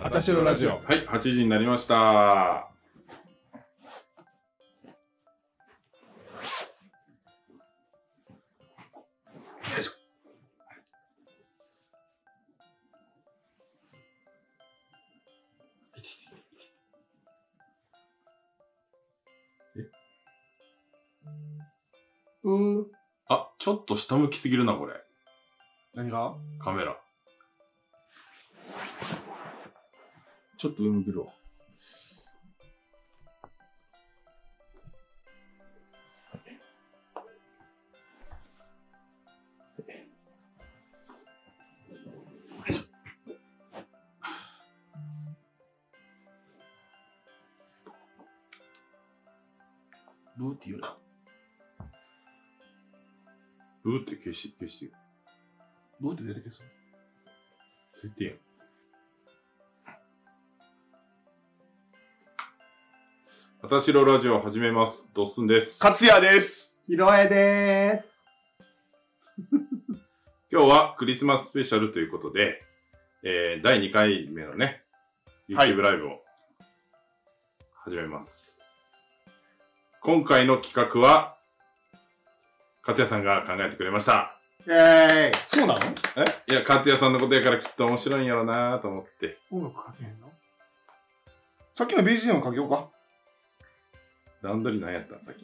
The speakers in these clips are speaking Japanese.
あたしろラジオ。はい、8時になりました。うー。あ、ちょっと下向きすぎるな、これ。何がカメラ。ちょっと上向けるわ。ブーって言うな。ブーって消して、消して。ブーって出てけそう。ついてやん。あたしろラジオ始めます。ドッスンです。勝也です。ひろえでーす。今日はクリスマススペシャルということで、えー、第2回目のね、はい YouTube ライブを始めます。今回の企画は、勝也さんが考えてくれました。イェーイ。そうなのえいや、勝也さんのことやからきっと面白いんやろうなと思って。音楽かけへんのさっきの BGM かけようか。段取り何やったんさっき。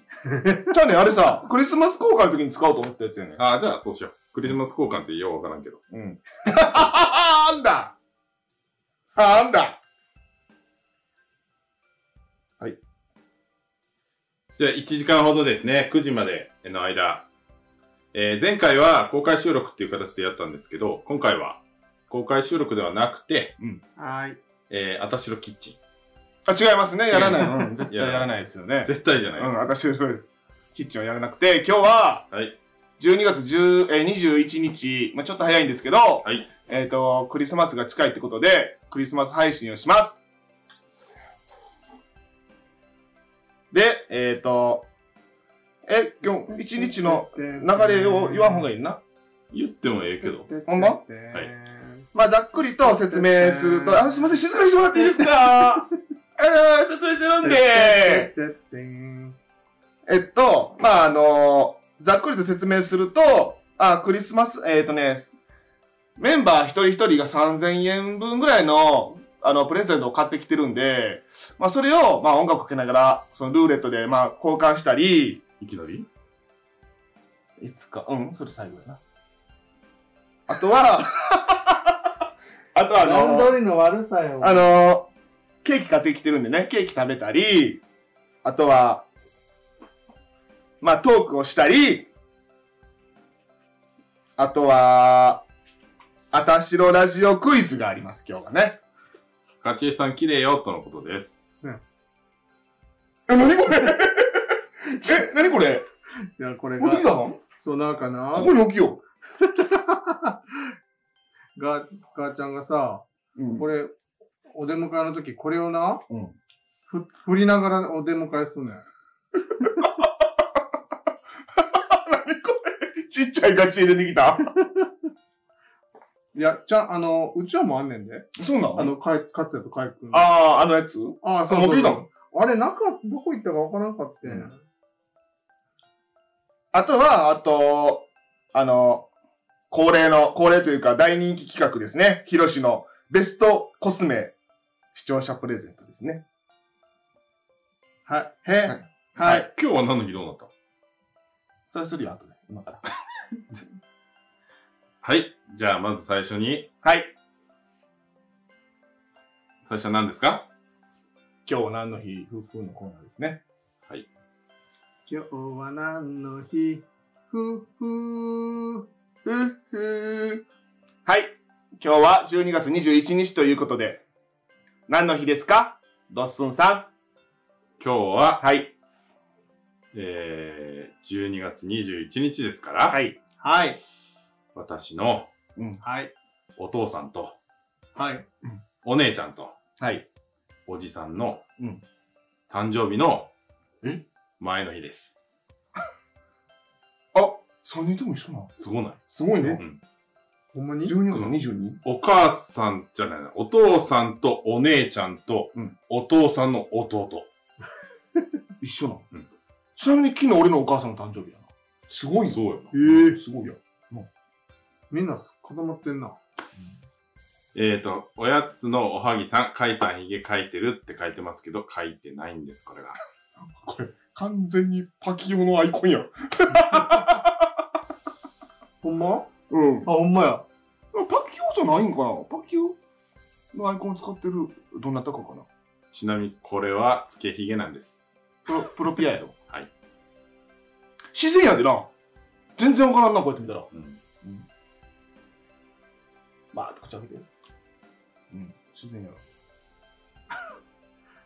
じゃあね、あれさ、クリスマス公開の時に使おうと思ってたやつよね。ああ、じゃあそうしよう。クリスマス交換ってようわからんけど。うん。あんだあ、あんだじゃあ1時間ほどですね、9時までの間、えー前回は公開収録っていう形でやったんですけど、今回は公開収録ではなくて、はーい。えー、あたしろキッチあ、違いますね。やらない。うん、絶いやないですよねン。絶対じゃうない。ん、私、 キッチンはやらなくて、今日は、はい12月10えー21日、まあちょっと早いんですけど、はいえっ、と、クリスマスが近いってことで、クリスマス配信をします。で、えっ、と、え、今日、一日の流れを言わん方がいいな。言ってもええけど。ほんまはいまあざっくりと説明すると、あ、すいません、静かにしてもらっていいです かえー、説明してるんでえっと、まあ、あのざっくりと説明すると、あ、クリスマス、えっ、とね、メンバー一人一人が3000円分ぐらいの、あの、プレゼントを買ってきてるんで、まあ、それを、まあ、音楽かけながら、そのルーレットで、まあ、交換したり、いきなりいつか、うん、それ最後やな。あとは、あとはあの段取りの悪さよ。あのー、ケーキ買ってきてるんでね、ケーキ食べたり、あとは、まあ、トークをしたり、あとは、あたしろラジオクイズがあります、今日がね。勝ちさん綺麗よ、とのことです。うえ、んなにこれ え、なにこれいや、これ持ってきたが、のそうなんかな、ここに置きよが、母ちゃんがさ、う。うんこれ、お出迎えの時、これをな、うんふ、振りながらお出迎えすんのよ。ちっちゃいガチ入れてきたいや、ちゃん、あの、うちはもうあんねんで。そうなのあの、かい、かつやとかいくん。あー、あのやつああ、あ持ってきたのあれ、なんか、どこ行ったかわからんかって。うんあとは、あと、あの、恒例の、恒例というか大人気企画ですね。ヒロシのベストコスメ視聴者プレゼントですね。はい。へ、はいはい。今日は何の日どうなったそれするよ、後で。今から。はい。じゃあ、まず最初に、はい。最初は何ですか今日は何の日夫婦のコーナーですね。今日は何の日ふふー。ふっふーはい。今日は12月21日ということで、何の日ですかドッスンさ今日は、ん。はい。えー、12月21日ですから、はい。はい。私のはい。お父さんと、はい。お姉ちゃんと、はい。おじさんの、うん誕生日の、え前の日です。あ、3人とも一緒なのすごないすごいうんね。ほんまに12月の 22? お母さんじゃないな、お父さんとお姉ちゃんとうん、お父さんの弟。一緒なの、うんちなみに昨日俺のお母さんの誕生日やな。すごいな。そうよ。えー、すごいよ。みんな固まってんな。えーと、おやつのおはぎさん、かいさんひげ描いてるって書いてますけど、書いてないんです、これが。これ、完全にパキオのアイコンやん。ほんまうん。あ、ほんまや。パキオじゃないんかなパキオのアイコン使ってる、どなたかかなちなみに、これは、つけひげなんです。プ ロ、プロピアやろ。はい。自然やでな。全然わからんな、こうやって見たら。うん。まあ、口開けて。うん、自然やろ。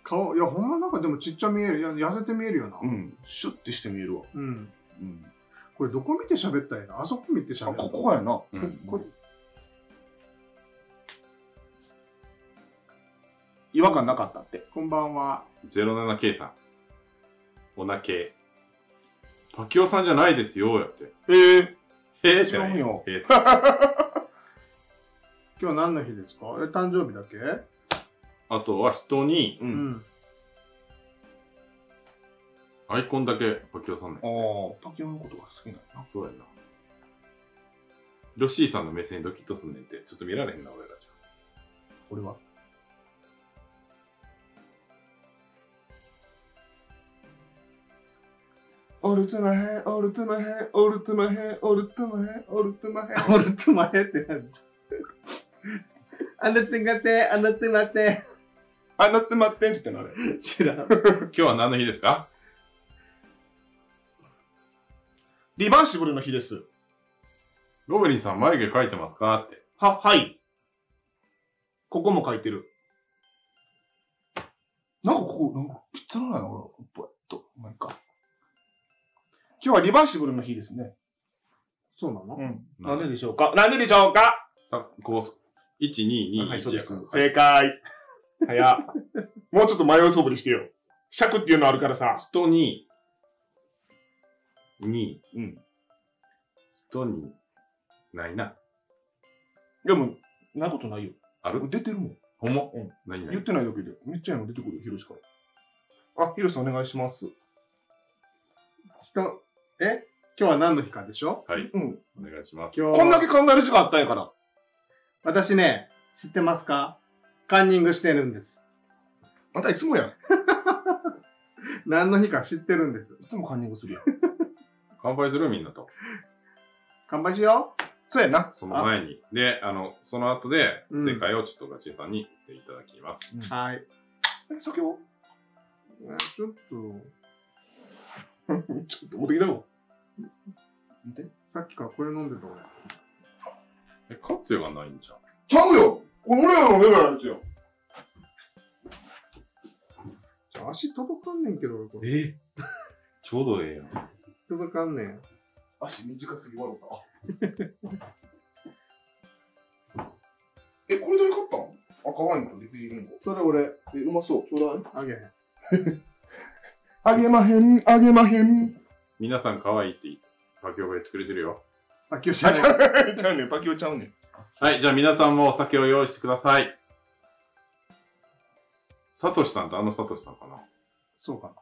顔、いや、ほんまなんかでもちっちゃ見える。いや、痩せて見えるよな。うん、シュッてして見えるわ。うん。うん。これどこ見て喋ったらいいのあそこ見てあ、喋ったここがやな。うこん。こ違和感なかったって。こんばんは。 07K さん。おなけ。パキオさんじゃないですよ、やって。へえ。えー、ってな違いうよ。えー今日何の日ですかえ、誕生日だけあとは人に、う。うんん。アイコンだけパキオさんねあ。あ、パキオのことが好きなんやな。そうやな。ロッシーさんの目線にドキッとすんねんて、ちょっと見られへんな、俺らじ俺は。オルトマヘ、オルトマヘ、オルトマヘ、オルトマヘ、オルトマヘ。 オルトマヘってなんですあなたがて、あなた待て。あ、なって待ってって言ってんのあれ。 知らん。ゃ。今日は何の日ですかリバーシブルの日です。ゴブリンさん眉毛描いてますかって。は、はい。ここも書いてる。なんかここ、なんか汚いな、俺。ぼやっと。まあ、いいか。今日はリバーシブルの日ですね。そうなのん。ななんんでででしょうかなんででしょうかさ、こう、1、2、2、はい、そうです1。。正解。早っ。もうちょっと迷いそぶりしてよ。尺っていうのあるからさ。人に、に、うん。人に、ないな。でも、ないことないよ。ある出てるもん。ほんまうんないな言っい。てないだけで。めっちゃいいの出てくるよ、ヒロシから。あ、ヒロシさんお願いします。人、え今日は何の日かでしょはい。うん。お願いします。今日こんだけ考える時間あったんやから。私ね、知ってますかカンニングしてるんです。またいつもやん。何の日か知ってるんです。いつもカンニングするやん。乾杯するみんなと。乾杯しよそうやな。その前に。で、あの、その後で、うん正解をちょっとガチエさんに言っていただきます。う。はい。え、酒をえちょっと、ち ょっと持ってきたのさっきからこれ飲んでた俺。え、勝つよがないんじゃん。ちゃうよ俺らの俺らのやつよちょ足届かんねんけど俺これ。え ちょうどええやん。届かんねん。足短すぎ笑った。 え、これ誰買ったん赤ワインとリフジリンゴ。それ俺。え、うまそう。ちょうだい。あげへん。あげまへん、あげまへん。皆さん可愛いって、パキオが言ってくれてるよ。あ、今日知ちゃらない。うちゃうねん、パキオちゃうねん。はい、じゃあ皆さんもお酒を用意してください。サトシさんとあのサトシさんかな。そうかな。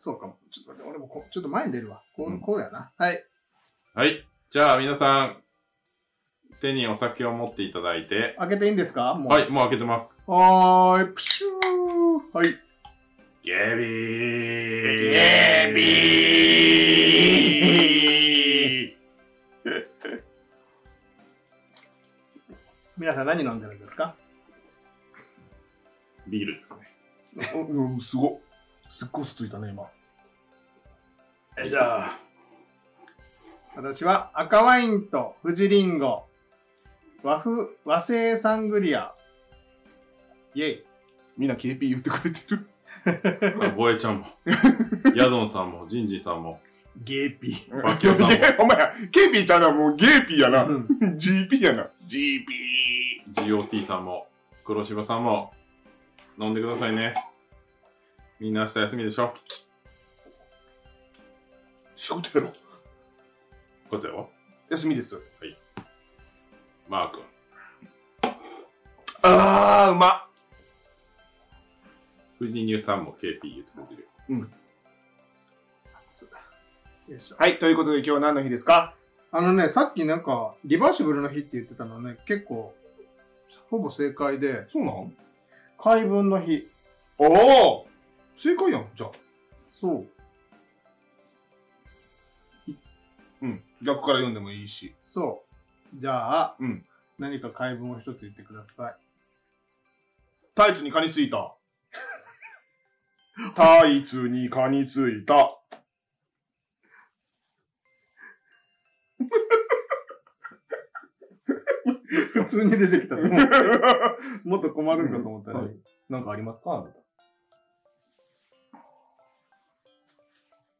そうかも。ちょっと待って、俺もこちょっと前に出るわ。こう、うんこうやな。はい。はい、じゃあ皆さん、手にお酒を持っていただいて、開けていいんですかもう。は。い、もう開けてます。はーい。プシュー。はい。ゲビーゲビー皆さん何飲んでるんですかビールですね。うん、うんすご。すっごいすついたね、今。じゃあ。私は赤ワインと富士リンゴ、和風、和製サングリア。イェイ。みんな KP 言ってくれてる。ボエちゃんも、ヤドンさんも、ジンジンさんも、ゲーピー。パキオさんも、お前、KP ちゃうな、もうゲーピーやな。うん。 GP やな。 GP、GOT さんも、黒柴さんも、飲んでくださいね。みんな明日休みでしょ仕事やろ。こっちだよ。休みです。はい。マー君。ああ、うまっ。富士乳さんも KP 言ってくれてる。よいしょはい、ということで今日何の日ですかあのね、さっきなんか、リバーシブルの日って言ってたのね、結構、ほぼ正解で、そうなん解文の日。おお正解やん、じゃあ。そう。うん。逆から読んでもいいし。そう。じゃあ、うん何か解文を一つ言ってください。タイツに蚊についた。タイツに蚊についた。普通に出 てきたと思う。もっと困るんかと思ったら、はいなんかありますかあなた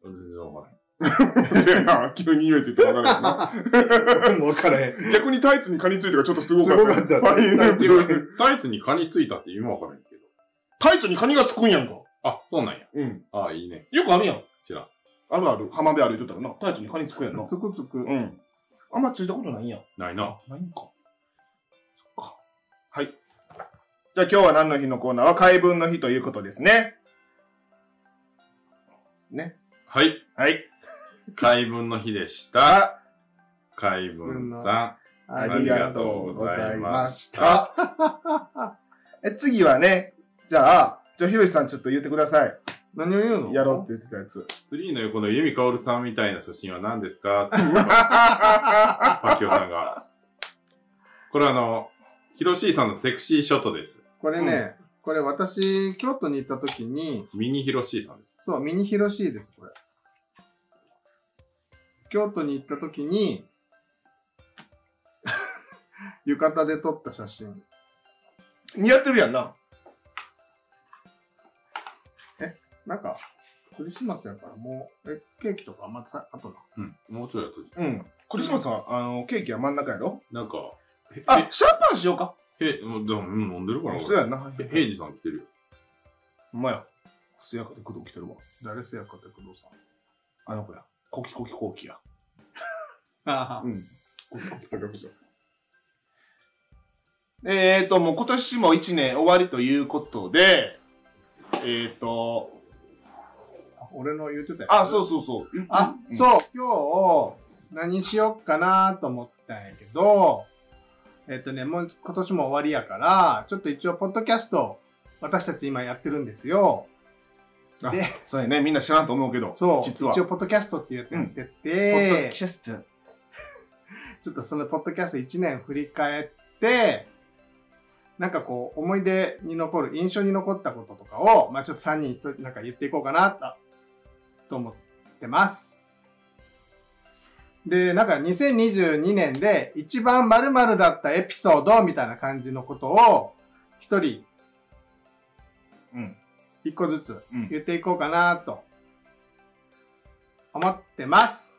全然わからない。せやな、急に言えて言ってわかるよもう分からへん。な。逆にタイツに蚊についてがちょっとすごかった。すごかったねはいタイツに蚊についたって今わからないけど。 タイツにカニがつくんやんか。あ、そうなんや。うん。ああ、いいね。よくあるやん。知らん。あるある。浜辺歩いとったらな。タイツにカニつくやんな。つくつく。うん。あんまついたことないんやん。ないな。ないんか。そっか。はい。じゃあ今日は何の日のコーナーは解文の日ということですね。はい。はい。解文の日でした。あ、解文さありがとうござい ましたあ。え、次はね、じゃあ、じゃあひろしさんちょっと言ってください。何を言うのやろうって言ってたや つ。ん。スリーの横の由美かおるさんみたいな写真は何ですかあパキオさんが。これあの、ヒロシーさんのセクシーショットです。これね、これ私、京都に行った時に、ミニヒロシーさんです。そう、ミニヒロシーです、これ。京都に行った時に、 浴衣で撮った写真。似合ってるやんな。なんか、クリスマスやからもう、え、ケーキとかまた後だ。うん。もうちょいやっといてうん。クリスマスは、あの、ケーキは真ん中やろなんか、へあ、シャンパンしようか。へ、へ、もうでも、うん、飲んでるかなそう俺やんな。へ平治さん来てるよ。ほんまや。せやかで工藤来てるわ。誰せやかて工藤さん。あの子や。コキコキコキや。あうん。コ キコキコキえーと、もう今年も1年終わりということで、えーと、あ、俺の言ってたやつあ、そうそうそう。あ、うんそう、今日、何しよっかなと思ったんやけど、えっ、とね、もう今年も終わりやから、ちょっと一応、ポッドキャスト、私たち今やってるんですよ。あで、そうやね。みんな知らんと思うけど、そう、実は一。応、ポッドキャストっていうやつやってポて、ャスト。ちょっとそのポッドキャスト1年振り返って、なんかこう、思い出に残る、印象に残ったこととかを、まあちょっと3人一人なんか言っていこうかな、とと思ってます。で、なんか2022年で一番〇〇だったエピソードみたいな感じのことを、一人うん。一個ずつうん言っていこうかな、と思ってます。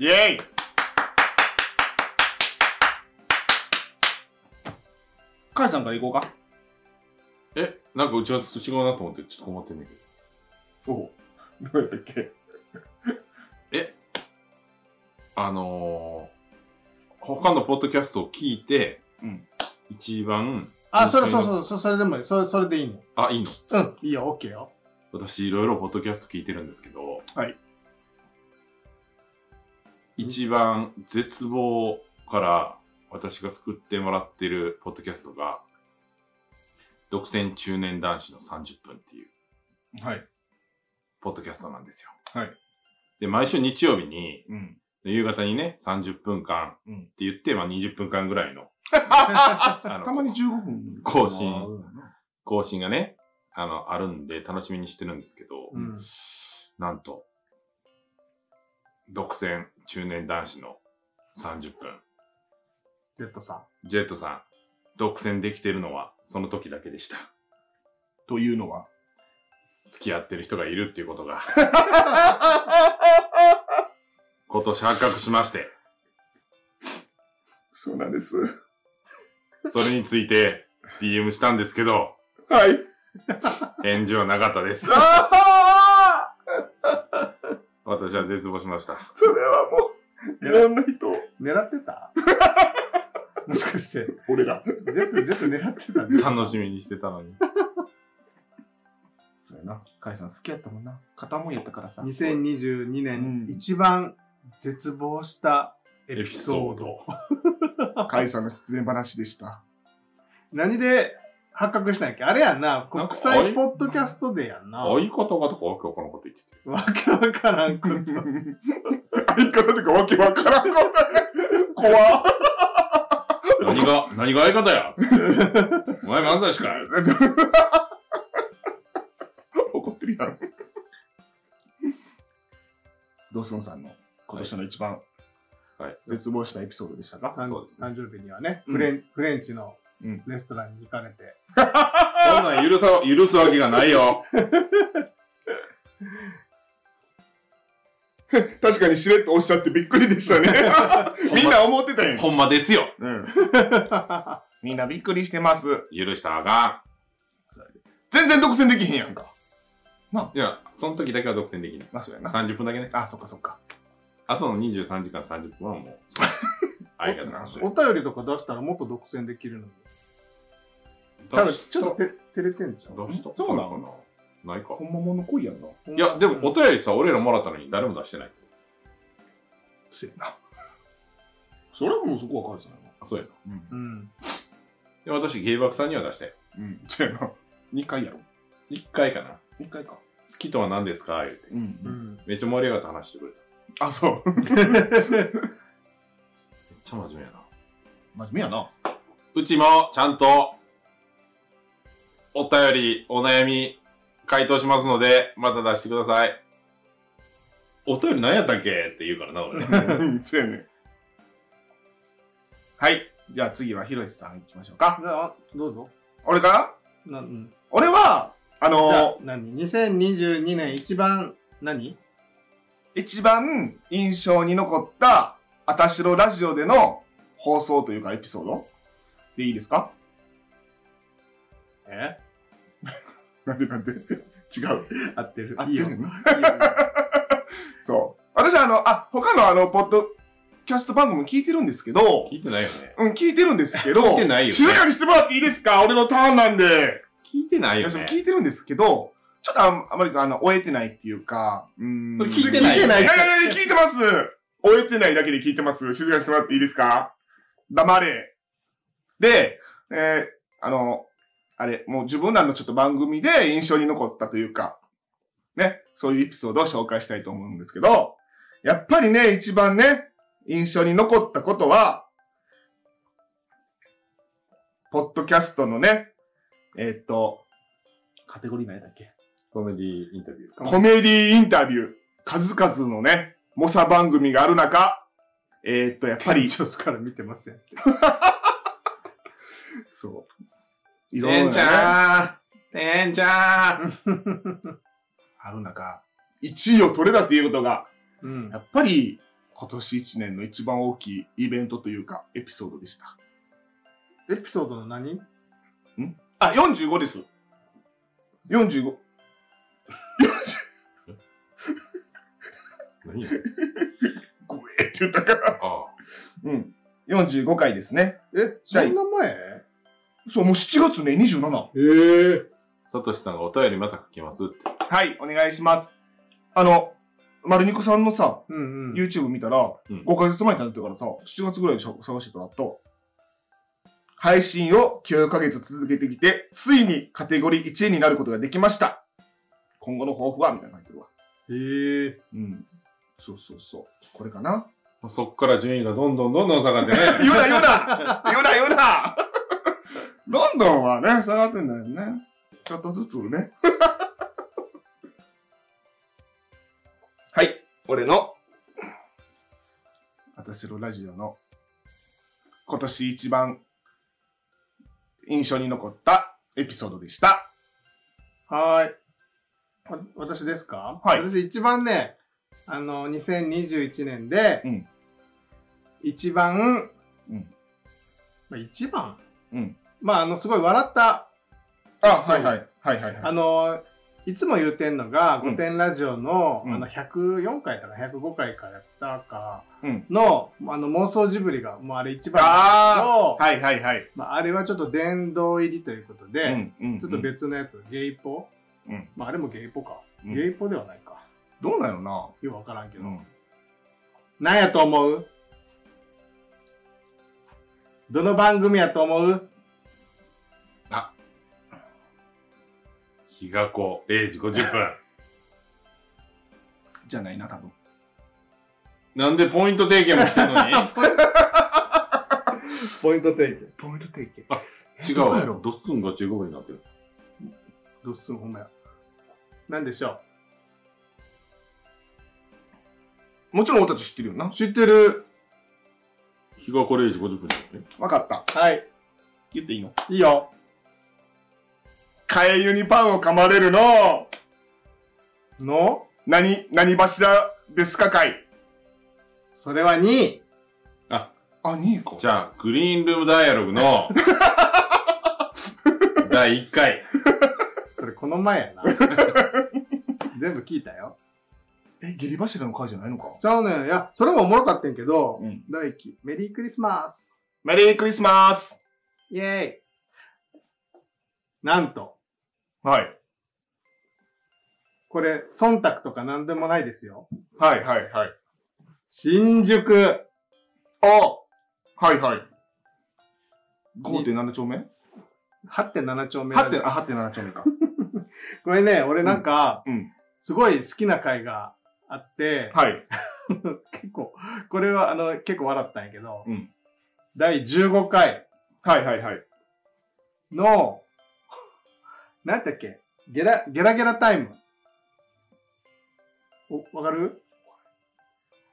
イェイカイさんから行こうか。え、なんか打ち合わせと違うなと思ってちょっと困ってんねんけど。そう。どうやったっけあのー、他のポッドキャストを聞いて、うん一番、あ、印象それにそう残そう、そそれでもいい。それそれでいいの。あ、いいのうん、いいよ、OK よ。私いろいろポッドキャスト聞いてるんですけど、はい。一番絶望から私が救ってもらってるポッドキャストが、独占中年男子の30分っていうはい。ポッドキャストなんですよ。はい。で、毎週日曜日に、うん。夕方にね、30分間うっんて言って、まあ20分間ぐら いの、あたのま、に15分。更新あーうん更新がね、あの、あるんで楽しみにしてるんですけど、うんなんと、独占中年男子の30分、 Z さん。ジェットさん、独占できてるのはその時だけでした。というのは。付き合ってる人がいるっていうこ とが、今年発覚しまして、そうなんです。それについて DM したんですけど、はい。返事はなかったです。ああ私は絶望しました。それはもう、いろんな人を狙ってたもしかして。俺ら。ジェット、ジェット狙ってたんだ楽しみにしてたのに。そうやな。カイさん好きやったもんな。片思いやったからさ。 2022うん年一番絶望したエピソード。カイさんの失恋話で した。何で発覚したんやっけあれやんな。なん国か際ポッドキャストでやんな。わ相方がとかわけわからんこと言ってて。けわからんこと。 相方とかわけわからんことない。怖っ何が、何が相方やお前漫才師かい怒ってるやん。ドスンさんの今年の一番はい。絶望したエピソードでしたか、はいそうですね誕生日にはね、うんフレンフレンチのうんレストランに行かれて、そんなん許さ、許すわけがないよ。確かにしれっとおっしゃってびっくりでしたね。みんな思ってたよ。ほんまですよ。うん。みんなびっくりしてます。許したらあか全然独占できへんやんか。ん。いや、その時だけは独占できない。まあ、そうやな。 30分だけね。あ、そっかそっか。あとの23時間30分はもう、相方なんでお便りとか出したらもっと独占できるのに。多分多分、ちょっとて照れてんじゃん。どうしたそうなのなないか。本物の恋やんな。いや、でもお便りさ、俺らもらったのに誰も出してない。そうやな。それはもうそこは返さないあそうやな。うん。うん。で、私、芸爆さんには出したよ。うん。そうやな。2回やろ。一回かな。 1回か。好きとは何ですか言うて。う。うんん。めっちゃ盛り上がって話してくれた。あ、そう。めっちゃ真面目やな。真面目やな。うちも、ちゃんと、お便り、お悩み、回答しますので、また出してください。お便り何やったっけって言うからな、 俺。うん、そうやね。はい。じゃあ次はひろしさん行きましょうか。じゃあ、どうぞ。俺からなうん、俺は、あじゃあの何 ?2022 年一番何ー、一番印象に残った、あたしろラジオでの放送というかエピソードでいいですかえなんでなんで違う。合ってる。合ってるいいいよ。いよいいよそう。私はあの、あ、他のあの、ポッドキャスト番組聞いてるんですけど、聞いてないよね。うん、聞いてるんですけど、聞いてないよね静かにしてもらっていいですか俺のターンなんで。聞いてないよいやね。聞いてるんですけど、ちょっとあんあまりあの、終えてないっていうか、うーん。それ聞いてないよねいやいやいや、聞いてます終えてないだけで聞いてます。静かにしてもらっていいですか黙れ。で、えー、あの、あれ、もう自分らのちょっと番組で印象に残ったというか、ね、そういうエピソードを紹介したいと思うんですけど、やっぱりね、一番ね、印象に残ったことは、ポッドキャストのね、えーっと、カテゴリー何やったっけコメディインタビュー。コメディインタビュー、数々のね、猛者番組がある中、えーっと、やっぱり、一応から見てません。そう。いろんな、ね、ゃーんてんちゃ ーんある中、1位を取れたということが、うんや。っぱり今年1年の一番大きいイベントというか、エピソードでした。エピソードの何あ、45です。45。何やごえって言ったから。あうん。45回ですね。え、そんな前そう、もう7月ね、27。ええ。さとしさんがお便りまた書きますって。はい、お願いします。あの、丸肉さんのさ、うんうん。 YouTube 見たら、うん5ヶ月前になってたからさ、7月ぐらいに探してたらと、配信を9ヶ月続けてきて、ついにカテゴリー1位になることができました。今後の抱負はみたいなの書いてるわ。へえ。うん。そうそうそう。これかなもうそっから順位がどんどんどんどん下が ってね。言うな言うな言うな言うなロンドンはね、下がってんだよね。ちょっとずつね。はい。俺の、私のラジオの、今年一番、印象に残ったエピソードでした。はーい。わ私ですかはい私一番ね、あの、2021年で、うん一番、うんまあ、一番、うんまあ、あの、すごい笑った、あ、。はいはいはいはいあの、いつも言うてんのが、うん御殿ラジオの、うんあの、104回とか105回かやったかうんの、あの、妄想ジブリが、もうあれ一番ああ,、はいはいはい。まあ、あれはちょっと殿堂入りということで、うんうんちょっと別のやつ、ゲイポ、うんまあ、あれもゲイポか。うんゲイポではないか。どうなのなよくわからんけど。うんなんやと思うどの番組やと思う日が子0時50分。じゃないな、多分。 なんでポイント提携もしたのにポイント提供。ポイント提携。違うわ。ドッスンが15分になってる。どうすんほんまや。なんでしょもちろん俺たち知ってるよなう。知ってる。日が子0時50分だよね。わかった。はい。言っていいのいいよ。替え湯にパンを噛まれるのの何、何柱ですかかいそれは2位。あ、2位かじゃあ、グリーンルームダイアログの第1回。それこの前 やな。全部聞いたよ。え、下痢柱の回じゃないのかちゃうねん。いや、それもおもろかったんけど、うん第1期、メリークリスマス。メリークリスマスイェーイ。なんと、はい。これ、忖度とかなんでもないですよ。はいはいはい。新宿。あはいはい。5.7丁目8.7丁目なんで ?8. あ、8.7丁目か。これね、俺なんか、うんうんすごい好きな回があって、はい。 結構、これはあの、結構笑ったんやけど、うん第15回はいはいはい。の、なんだっけ、ゲラ、ゲラゲラタイム。お、わかる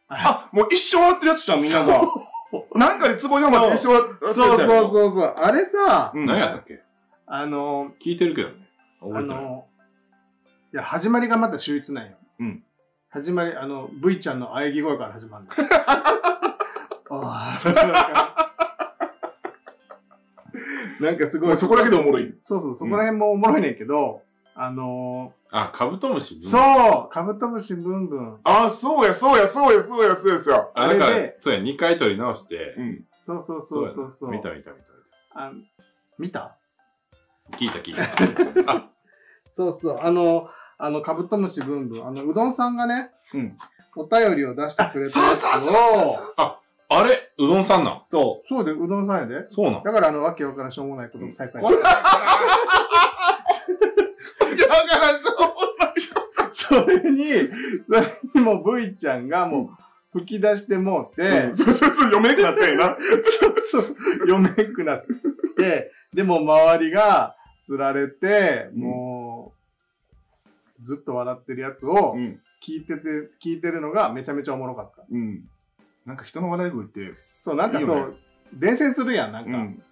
あ、もう一生笑ってるやつじゃん、みんなが。 なんかでツボにハマって一生笑ってそるうそうやつそうそう。あれさ、うん何やったっけあの、聞いてるけどね。あ覚えてない。の、いや、始まりがまた秀逸なんよ。うん始まり、あの、V ちゃんの喘ぎ声から始まるんだよ。ああ。 なんかすごもい。うそこだけでおもろい。そうそう、そこら辺もおもろいねんけど、あのあ、カブトムシ。ー、そう、カブトムシブンブン。あ、そうや、そうや、そうや、そうや、そうや、そうや。あ、だかあれらで、そうや、2回撮り直してう、ん。そうそうそうそうそう。見た見た見た。あ見た聞いた聞いた。あ、そうそう、あの、あの、カブトムシブンブン、あの、うどんさんがね、うんお便りを出してくれたそうそうそうそう。あれうどんさんなんそそうで、うどんさんやで。そうなんだから、あの、わけわからんしょうもないことも最高や。う。いや、だから、ちょ、 それに、それにもう V ちゃんがもう吹き出してもうて、そうそうそう、読めんくなったよな。そうそう、読めんくなって、でも周りが釣られて、うんもう、ずっと笑ってるやつをん。聞いてて、聞いてるのがめちゃめちゃおもろかった。うん。なんか人の笑い声って、そう、なんかそいう、いよ伝染するやん、なんか。うん。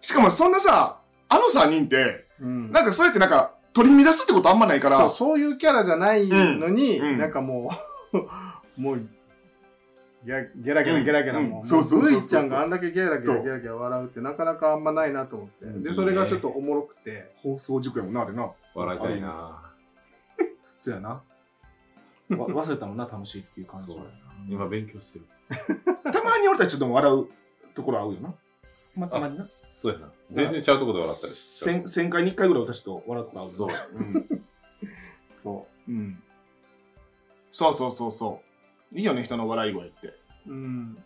しかもそんなさ、あの3人って、うんなんかそうやってなんか取り乱すってことあんまないかそうら、そういうキャラじゃないのに、うんうんなんかもう もうギャゲラゲラゲラゲラうんもうそうそうそうそうブイちゃんがあんだけゲラゲラそうゲラゲラ笑うってなかなかあんまないなと思ってうんでそれがちょっとおもろくて放送事故やもんな、あれな。笑いたいなそう やな。わ忘れたもんな、楽しいっていう感じ。そうやた今勉強してる。まに俺たちでも笑うところ合うよな。またまあに、な。そうやな。全然ちゃうとこで笑ったりしちゃう1000 1000回に1回ぐらい私と笑うとこ合うよな。そう。うん。うそん。そうそうそうそう。いいよね、人の笑い声って。ううん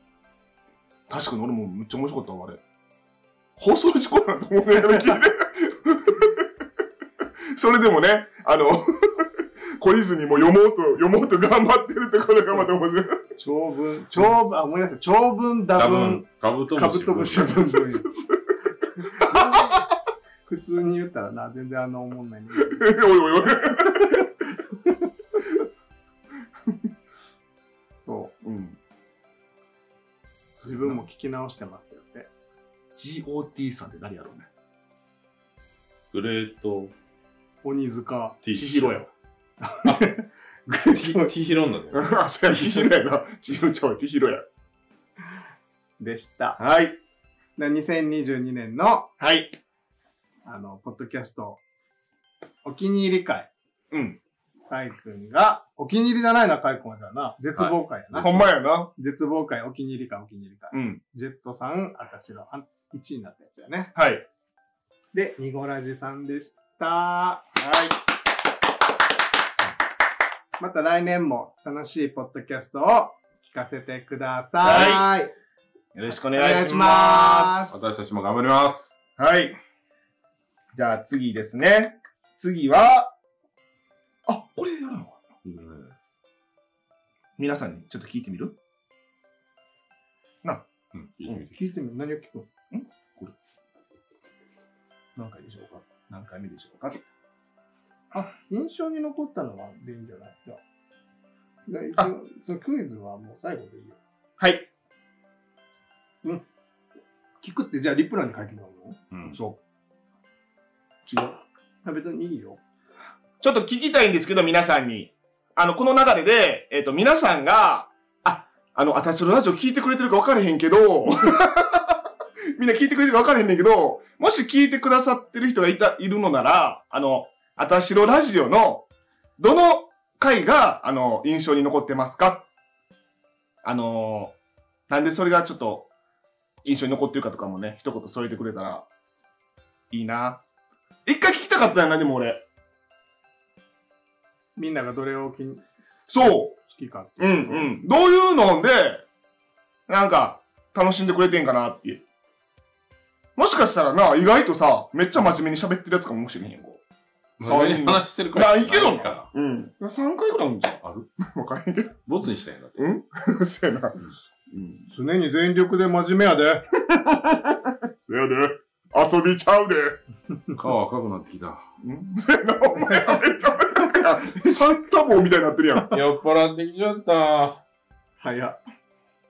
確かに俺もめっちゃ面白かったわ、あれ。放送事故なんて思うね、 やる気で。それでもね、あの、 懲りずにもう読もうと、読もうと頑張ってるってことがまた面白い。長文長文あ思い出した長文多多文分、カブトムシ。カブトムシブンブンそう普通に言ったらな全然あの思んないねおいおいおい。そううん。自分も聞き直してますよね GOT さんって誰やろうね。グレート鬼塚 T。千尋やわ。グテッドィ。T ヒロンだね。 あ、そうや、千尋やな。千尋ちゃうわ、千尋や。でしたはい。で2022年のはい。あの、ポッドキャスト、お気に入り会。うん。カイ君が、お気に入りじゃないな、カイ君はじゃあな。絶望会やな。ほんまやな。絶望会、お気に入りか、お気に入りか。うん。ジェットさん、あたしろ、あ1位になったやつやね。はい。で、ニゴラジさんでした。はい。また来年も楽しいポッドキャストを聞かせてください。よろしくおお願いし願いましす。私たちも頑張ります。はい。じゃあ次ですね。次は、あ、これやるのかうん。皆さんにちょっと聞いてみるうん。いい意味で聞いてみる何を聞く何回でしょうか何回目でしょうかあ、印象に残ったのはでいいんじゃないじゃあ。で一応そのクイズはもう最後でいいよ。はい。聞くってじゃあリプランに書いてもらうのうん。そう。違う。あ別にいいよ。ちょっと聞きたいんですけど、皆さんに。あの、この流れで、えっ、と、皆さんが、あ、あの、私のラジオ聞いてくれてるか分からへんけど、 みんな聞いてくれてるか分からへんねんけど、もし聞いてくださってる人がいた、いるのなら、あの、私のラジオの、どの回が、あの、印象に残ってますかあの、なんでそれがちょっと、印象に残ってるかとかもね、一言添えてくれたら、いいな。一回聞きたかったよな、でも俺。みんながどれを気に好そう。きかってういんう。うん。どういうので、なんか、楽しんでくれてんかなっていう。もしかしたらな、意外とさ、めっちゃ真面目に喋ってるやつかもしれへんよ。そういう話してるいから。や、いいけどないからな。うん。3回ぐらいある んじゃん。あるわからへんけど。ボツにしたいんだって。せやな。うん。常に全力で真面目やで。せやで。遊びちゃうで。顔赤くなってきた。うん。せやな、お前めっちゃなんか、 サンタ帽みたいになってるやん。酔っ払ってきちゃった。早っ。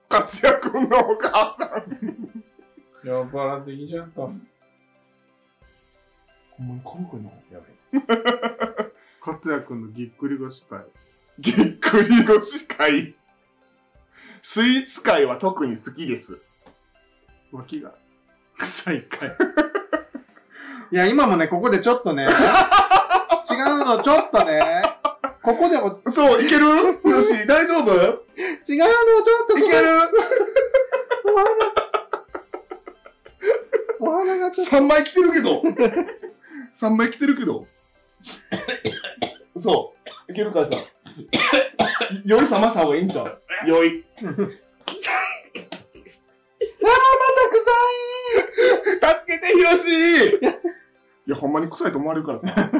活躍のお母さん。酔っ払ってきちゃった。お前、かんな。やべ 勝也くんのぎっくり腰会。ぎっくり腰会。スイーツ会は特に好きです。脇が臭いかい。いや、今もね、ここでちょっ とね、違うの、ちょっとね、ここでも、そう、いけるよし、大丈夫い違うの、ちょっとここけるお花がちょっ ?3 枚来てるけど。3枚来てるけど。そう。いけるからさ。酔い冷ました方がいいんちゃう酔い。ああ、また臭い助けて、ひろしいや、ほんまに臭いと思われるからさ。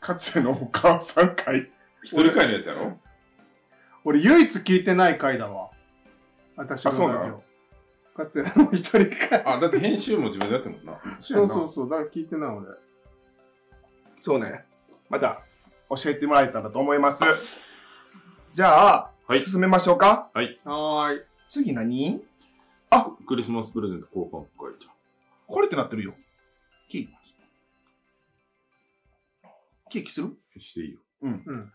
かつてのお母さん会。一人会のやつやろと、俺唯一聞いてない回だわ。私のあそうなのラジオ勝也の一人会。あ、だって編集も自分でやってんもんな。そうそうそう、だから聞いてない俺。そうね。また教えてもらえたらと思います。じゃあ、はい進めましょうか。はーい。次何クリスマスプレゼント交換会じゃん。これってなってるよ。ケーキ。ケーキする消していいよ。うん。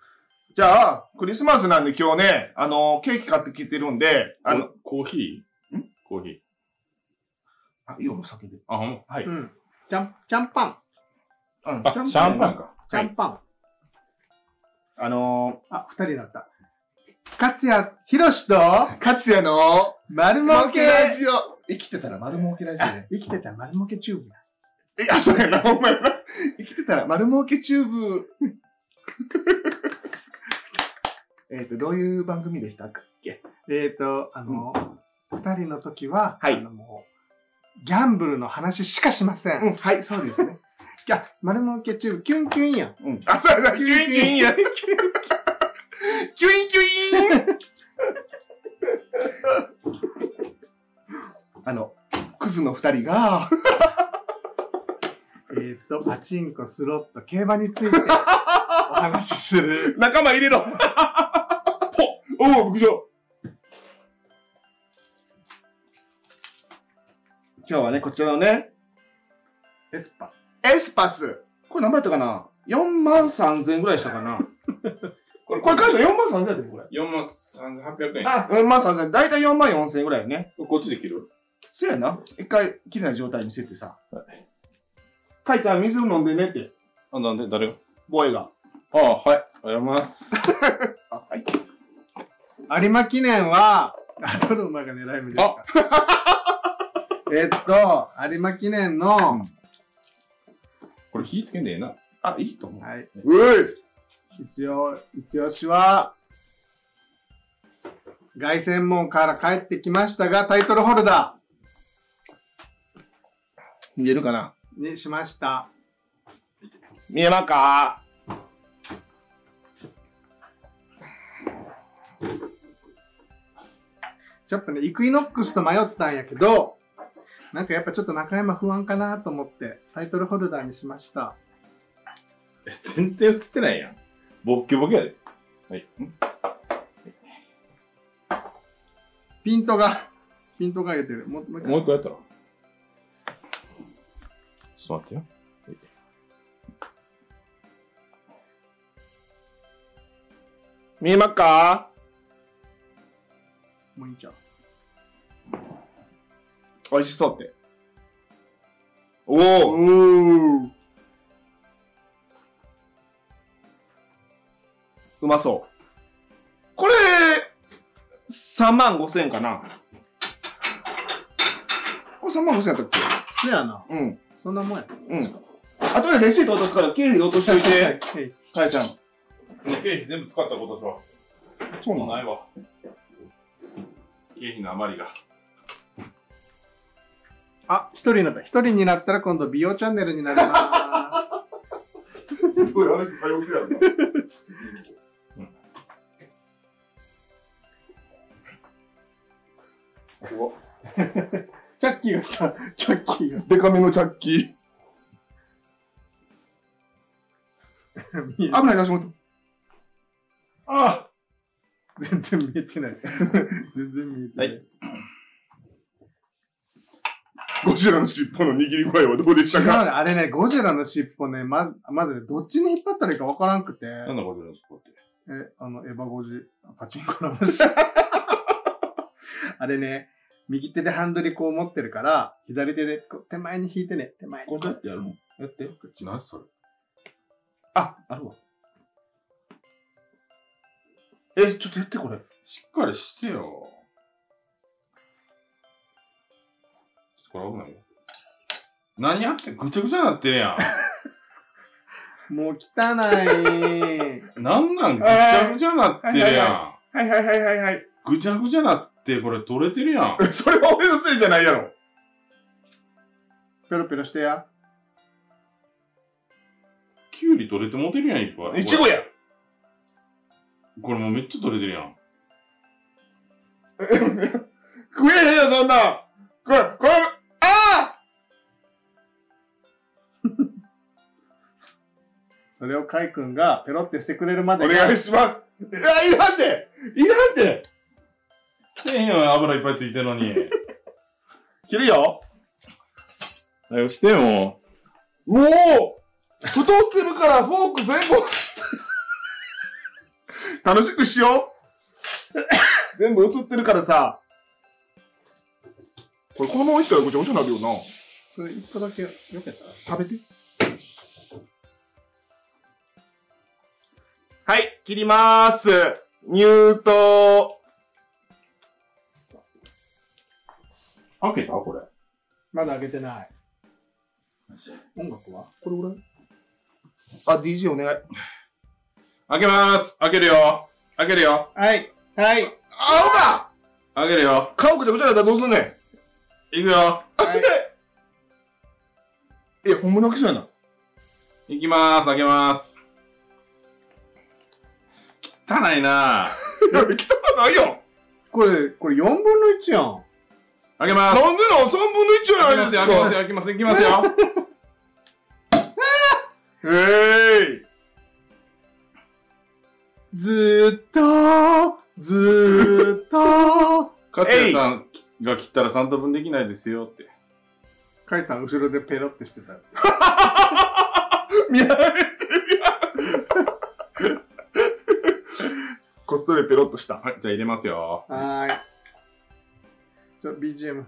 じゃあ、クリスマスなんで今日ね、あの、ケーキ買ってきてるんで、あの、コーヒーんコーヒー。あ、いいよ、お酒で。あ、ほんま。はい。うん。ちゃん、ちゃんぱん。うん、あ、シャンパンか。か。ちゃんぱん。あのあ、二人だった。勝也、ひろしと、ー、かつやの、丸儲儲けけ。ラジオ。生きてたら丸儲けラジオね。生きてた丸儲けチューブだ。いや、そうやな、お前な。生きてたら丸儲けチューブ。 えっと、どういう番組でしたっけえっ、と、あの、二、人の時は、はいあのもう、ギャンブルの話しかしません。うん、はい、そうですね。ギャ丸儲けチューブ、キュンキュンやん。うん。あ、そうやな、キュインキュインや。キュインキュインあの、クズの二人が、えっ、と、パチンコ、スロット、競馬につ いてお話しする。仲間入れろポおお、牧場今日はね、こちらのね、エスパス。エスパス。これ何倍やったかな ?4 万3千円ぐらいしたかなこ れ、これ、彼女4万3千円だってこれ。 4万3800円。あ、4万3千円。だいたい4万4千円ぐらいよね。こっちで切るそうやな。一回、綺麗な状態にしてってさ。かいちゃん、水飲んでねって、あ、なんで誰よボーイが。ああ、はい。ありがとうございます。あ、はい。有馬記念は、あ、どの馬が狙い目ですか えっと、有馬記念の、はこれ火つけんでええな。あ、いいと思う。い、うい一応、一押しは、凱旋門から帰ってきましたが、タイトルホルダ見えるかなーにしました。見えまんかちょっとね、イクイノックスと迷ったんやけど、なんかやっぱちょっと中山不安かなと思って、タイトルホルダーにしました。え全然映ってないやん。ボッキボキやで。はい。ピントが、 ピントが上げてる。もうもう一もう回一個やったら。ちょっと待ってよ。見えまんかもういいんちゃう。美味しそうって。おおおーうまそう。これ、3万5千円かなこれ3万5千円やったっそやな。けうん。そんなもんや。うん。あとでレシート渡すから、経費落としといて。はいかえちゃん。この経費全部使ったことしは。そうもうないわ。経費の余りが。 あ、一人になった。一人になったら今度美容チャンネルになりますごい、あれ多様性やるな。す。 チャッキーが来た。チャッキーが。デカめのチャッキー。見危えない、出しもあ全然見えてない。全然見えてない。はゴジラの尻尾の握り具合はどうでし違たうね。かあれね、ゴジラの尻尾ね、ま、まずね、どっちに引っ張ったらいいかわからんくて、あ。なんだこれのスポって。え、あの、エヴァゴジ、パチンコの話。あれね、右手でハンドルこう持ってるから、左手でこう手前に引いてね、手前に。うやってやるのやって。こっち何それ。あ、あるわ。え、ちょっとやってこれ。しっかりしてよ。ちょっとこれ危ないよ。何やってんぐちゃぐちゃになってるやもう汚い。ん。 なんなんぐちゃぐちゃになってるはいはいやん。はいはいはいはいはい。ぐちゃぐちゃなって、これ取れてるやん。それは俺のせいじゃないやろ。ペロペロしてや。きゅうり取れてもうてるやん、いっぱい。いちごや。これもうめっちゃ取れてるやん。食えへんよ、そんなん。これ、これ、あそれをカイ君がペロってしてくれるまーおでが願いします。いや、いらんでいらんでせえへんよ、油いっぱいついてるのに。切るよ。はよしてももう太ってるからフォーク全部楽しくしよう全部映ってるからさこれこのままいったらごちゃごちゃになるよなそれ一個だけよけたら。食べてはい切りまーす入刀 開けたこれ。まだ上げてない。音楽はこれぐらいあ DJ お願い開けまーす。開けるよ。開けるよ。はい。はい。あ開けるよお。顔ごちゃごちゃになったらどうすんねん行くよ。はい。いやほんまに泣きそうやな行きまーす。開けまーす。汚いなぁ。 いや汚ないよこれ、これ4分の1やん。開けまーす。なんでなん ?3 分の1じゃない開でけますすかよ、開けますよ、開けますよ、行きますよ。へいずーっと、ずーっと。かつやさんが切ったら3等分できないですよって。カイさん後ろでペロってしてた。 見られてるやん。こっそりペロッとした。はい、じゃあ入れますよ。はーい。ちょ、BGM。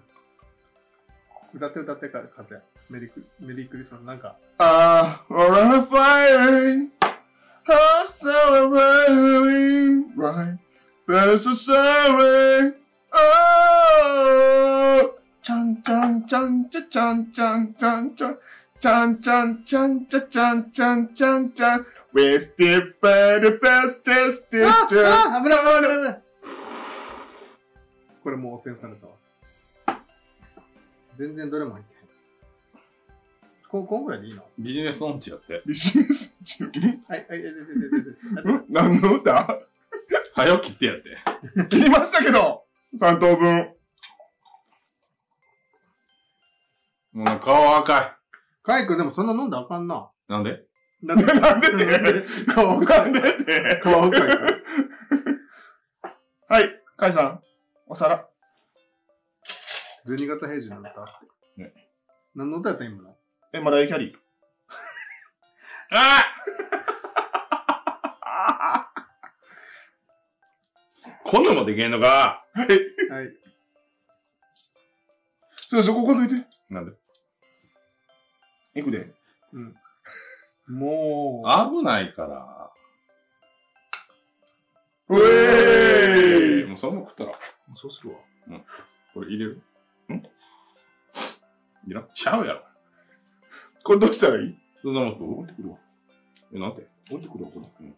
歌って歌ってから、風邪。メリークリメリークリスマス。なんか、あー、俺はファイリー。ハ a railing right. That is a siren. Oh. ちゃんちゃんちゃんちゃちゃんちゃんちゃんちゃん。ちゃんちゃんちゃんちゃちゃんちゃんちゃんちゃん。With the very best test あ teacher. あ危ない危ない危ないこれもう汚染されたわ全然どれも入ってない高校ぐらいでいいのビジネス音痴やって。ビジネス中はいはいはいはいはいはいはいん何の歌早起きってやって。切りましたけど !3 等分。もうなんか顔赤。カイ君でもそんな飲んだらあかんないなんでなんでなんで 네.って顔なんでって顔赤いからはい、カイさん、お皿。 12月平時の歌。ね何の歌やった今のえ、マライアキャリー。あ こんなもんできんのかはい。そうそここ抜いて。なんでいくで。もう、危ないから。うえーいもうそのまま食ったら。そうするわ。これ入れるんいらんちゃうやろ。これどうしたらいいそんなもん降りてくるわ。え、なんで降りてくるわ、これ。うん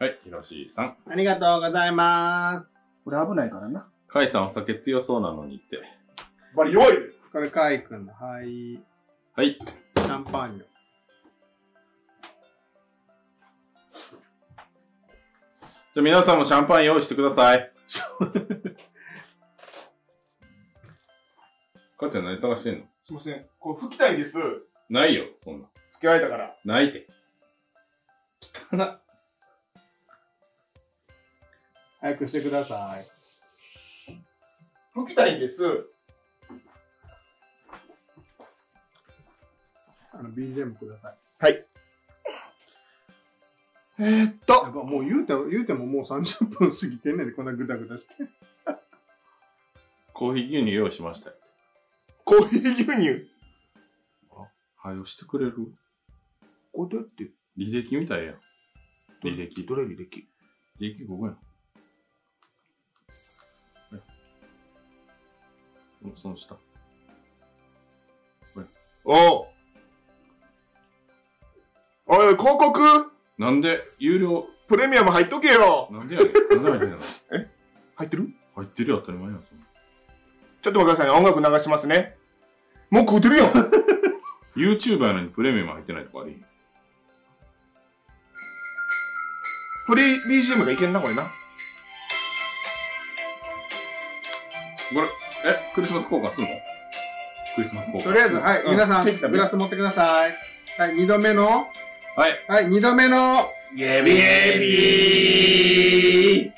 はい、ひろしさん。ありがとうございます。これ危ないからな。かいさんお酒強そうなのにって。バリ弱いこれ、カイ君の、はい、はい。シャンパーニュ。じゃあ皆さんもシャンパン用意してください。かっちゃん何探してんのすいません。これ拭きたいです。ないよ、そんな。付けられたから。ないて。汚な。早くしてください。拭きたいんです。あの、BGM ください。えー、っやと。っぱもう言うて、言うてももう30分過ぎてんねんで、こんなグダグダして。コーヒー牛乳用意しましたよ。コーヒー牛乳。はよしてくれるこれどうやって履歴みたいやん。履歴。どれ履歴履歴ここやん。おその下。おうおい、広告なんで、有料、プレミアム入っとけよなんでやねん。なんで入ってんの入ってる入ってるよ、当たり前やん。そんなちょっと待ってくださいね。音楽流しますね。もう食うてるよ YouTuber やのにプレミアム入ってないとかありフリー BGM がいけんな、これな。え、クリスマス交換すんのクリスマス交換。とりあえず、はい、うん皆さん、ケーキ食べるグラス持ってください。はい、二度目の、はい。はい、二度目の、イエビエビー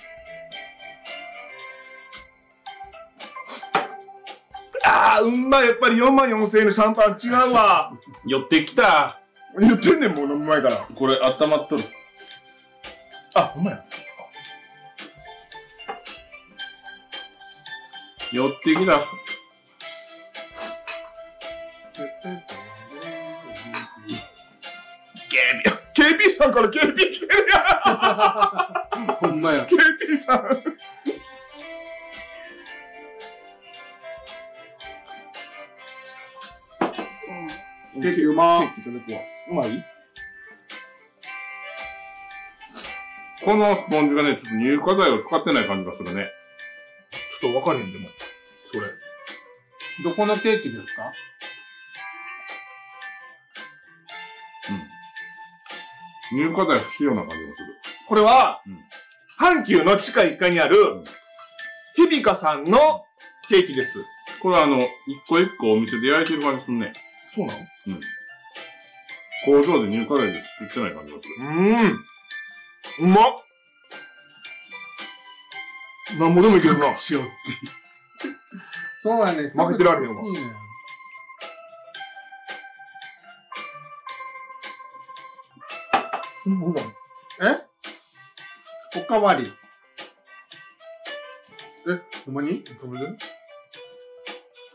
あー、うんまい。やっぱり4万4千円のシャンパン違うわ。寄ってきた。言ってんねん、もう飲む前から。これ、温まっとる。あ、ほんまや。寄ってきた。警備、警備さんから警備来てるやん。ほんまや。 KP さん。ケーキうまケーキいただくわ。うまいこのスポンジがね、ちょっと乳化剤を使ってない感じがするね。ちょっと分かれへんでも。それ。どこのケーキですか乳化剤不使用な感じがする。これは、うん阪急の地下1階にあるん、響香さんのケーキです。これあの、一個一個お店で焼いてる感じするね。そうなの工場で乳化剤で作ってない感じがする。うーん。うまっ。なんぼでもいけるな。口を。そうやね。負けてられへんわいいね。うんうんおかわり。え、ほんまに食べる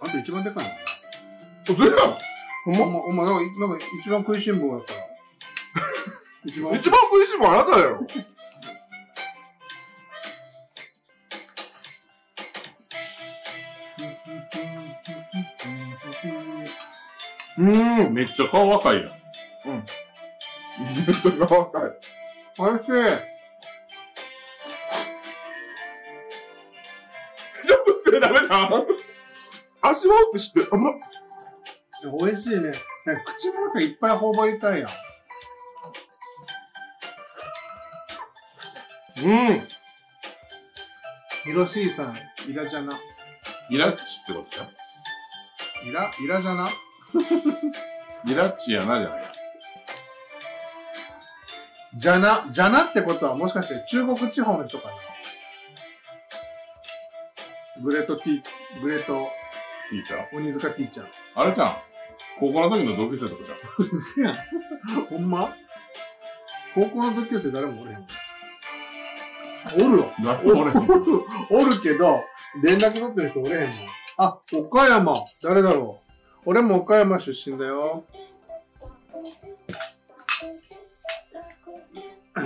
あんた一番でかい嘘やん。のほんま、ほんま、なんか、なんか一番食いしん坊やから。一番一番食いしん坊あなただよ。うん。めっちゃ顔若いやん。めっちゃ細かい。おいしい。それダメだ。味わうって知ってる、あんま、美味しいね。なんか口の中いっぱい頬張りたいやん。うん。ヒロシーさん、イラじゃな。ニラッチってことや。イラ、イラじゃなニラッチやなじゃないや。じゃな、じゃなってことはもしかして中国地方の人かなグレートティ、グレートいいちゃん。鬼塚ティーちゃん。あれじゃん。高校の時の同級生とかじゃん。うせやん。ほんま高校の同級生誰もおれへん。おるよ。学お校俺る、おるけど、連絡取ってる人おれへんもん。あ、岡山。誰だろう。俺も岡山出身だよ。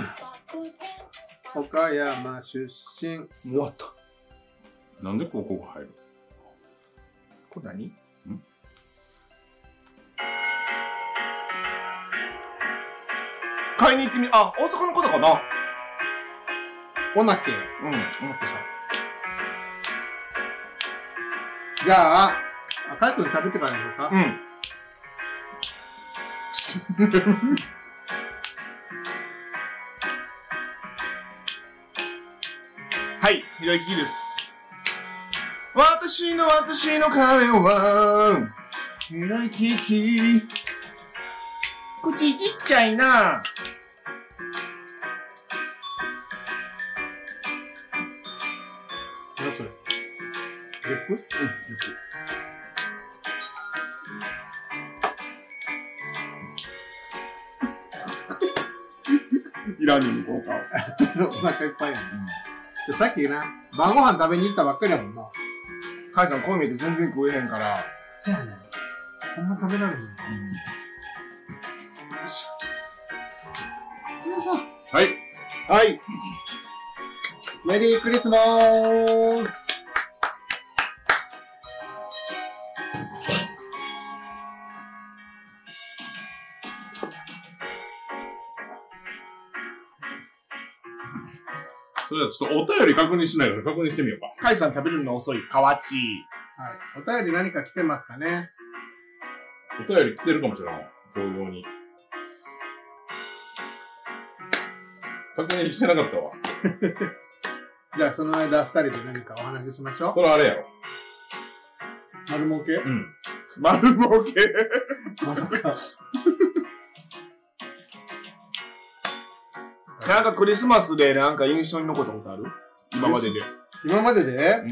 岡山出身。終わった。なんで高校が入るこれ何買いに行ってみ、あ、大阪のことかなおなけ。うん、思ってさ。じゃあ、あ、カイトに食べてからやろうか。うん。はい、ひろゆきです。私の私の彼は、ひろゆきき。口ちっちゃいな。何それ。ゲップいらんねん、効果を。お腹いっぱいやん。じゃさっきな、晩ご飯食べに行ったばっかりやもんな。母さん、こう見えて全然食えへんから。せやねん。ほんま食べられへん。よいしょ。よいしょ。はい。はい。メリークリスマスそれではちょっとお便り確認しないから確認してみようか。母さん食べるの遅い、河内。はい。お便り何か来てますかねお便り来てるかもしれない。同様に。確認してなかったわ。じゃあその間二人で何かお話ししましょそれあれやろ。う。丸儲けうん。丸儲け。まさか。 なんかクリスマスでなんか印象に残ったことある今までで。今までで、ん。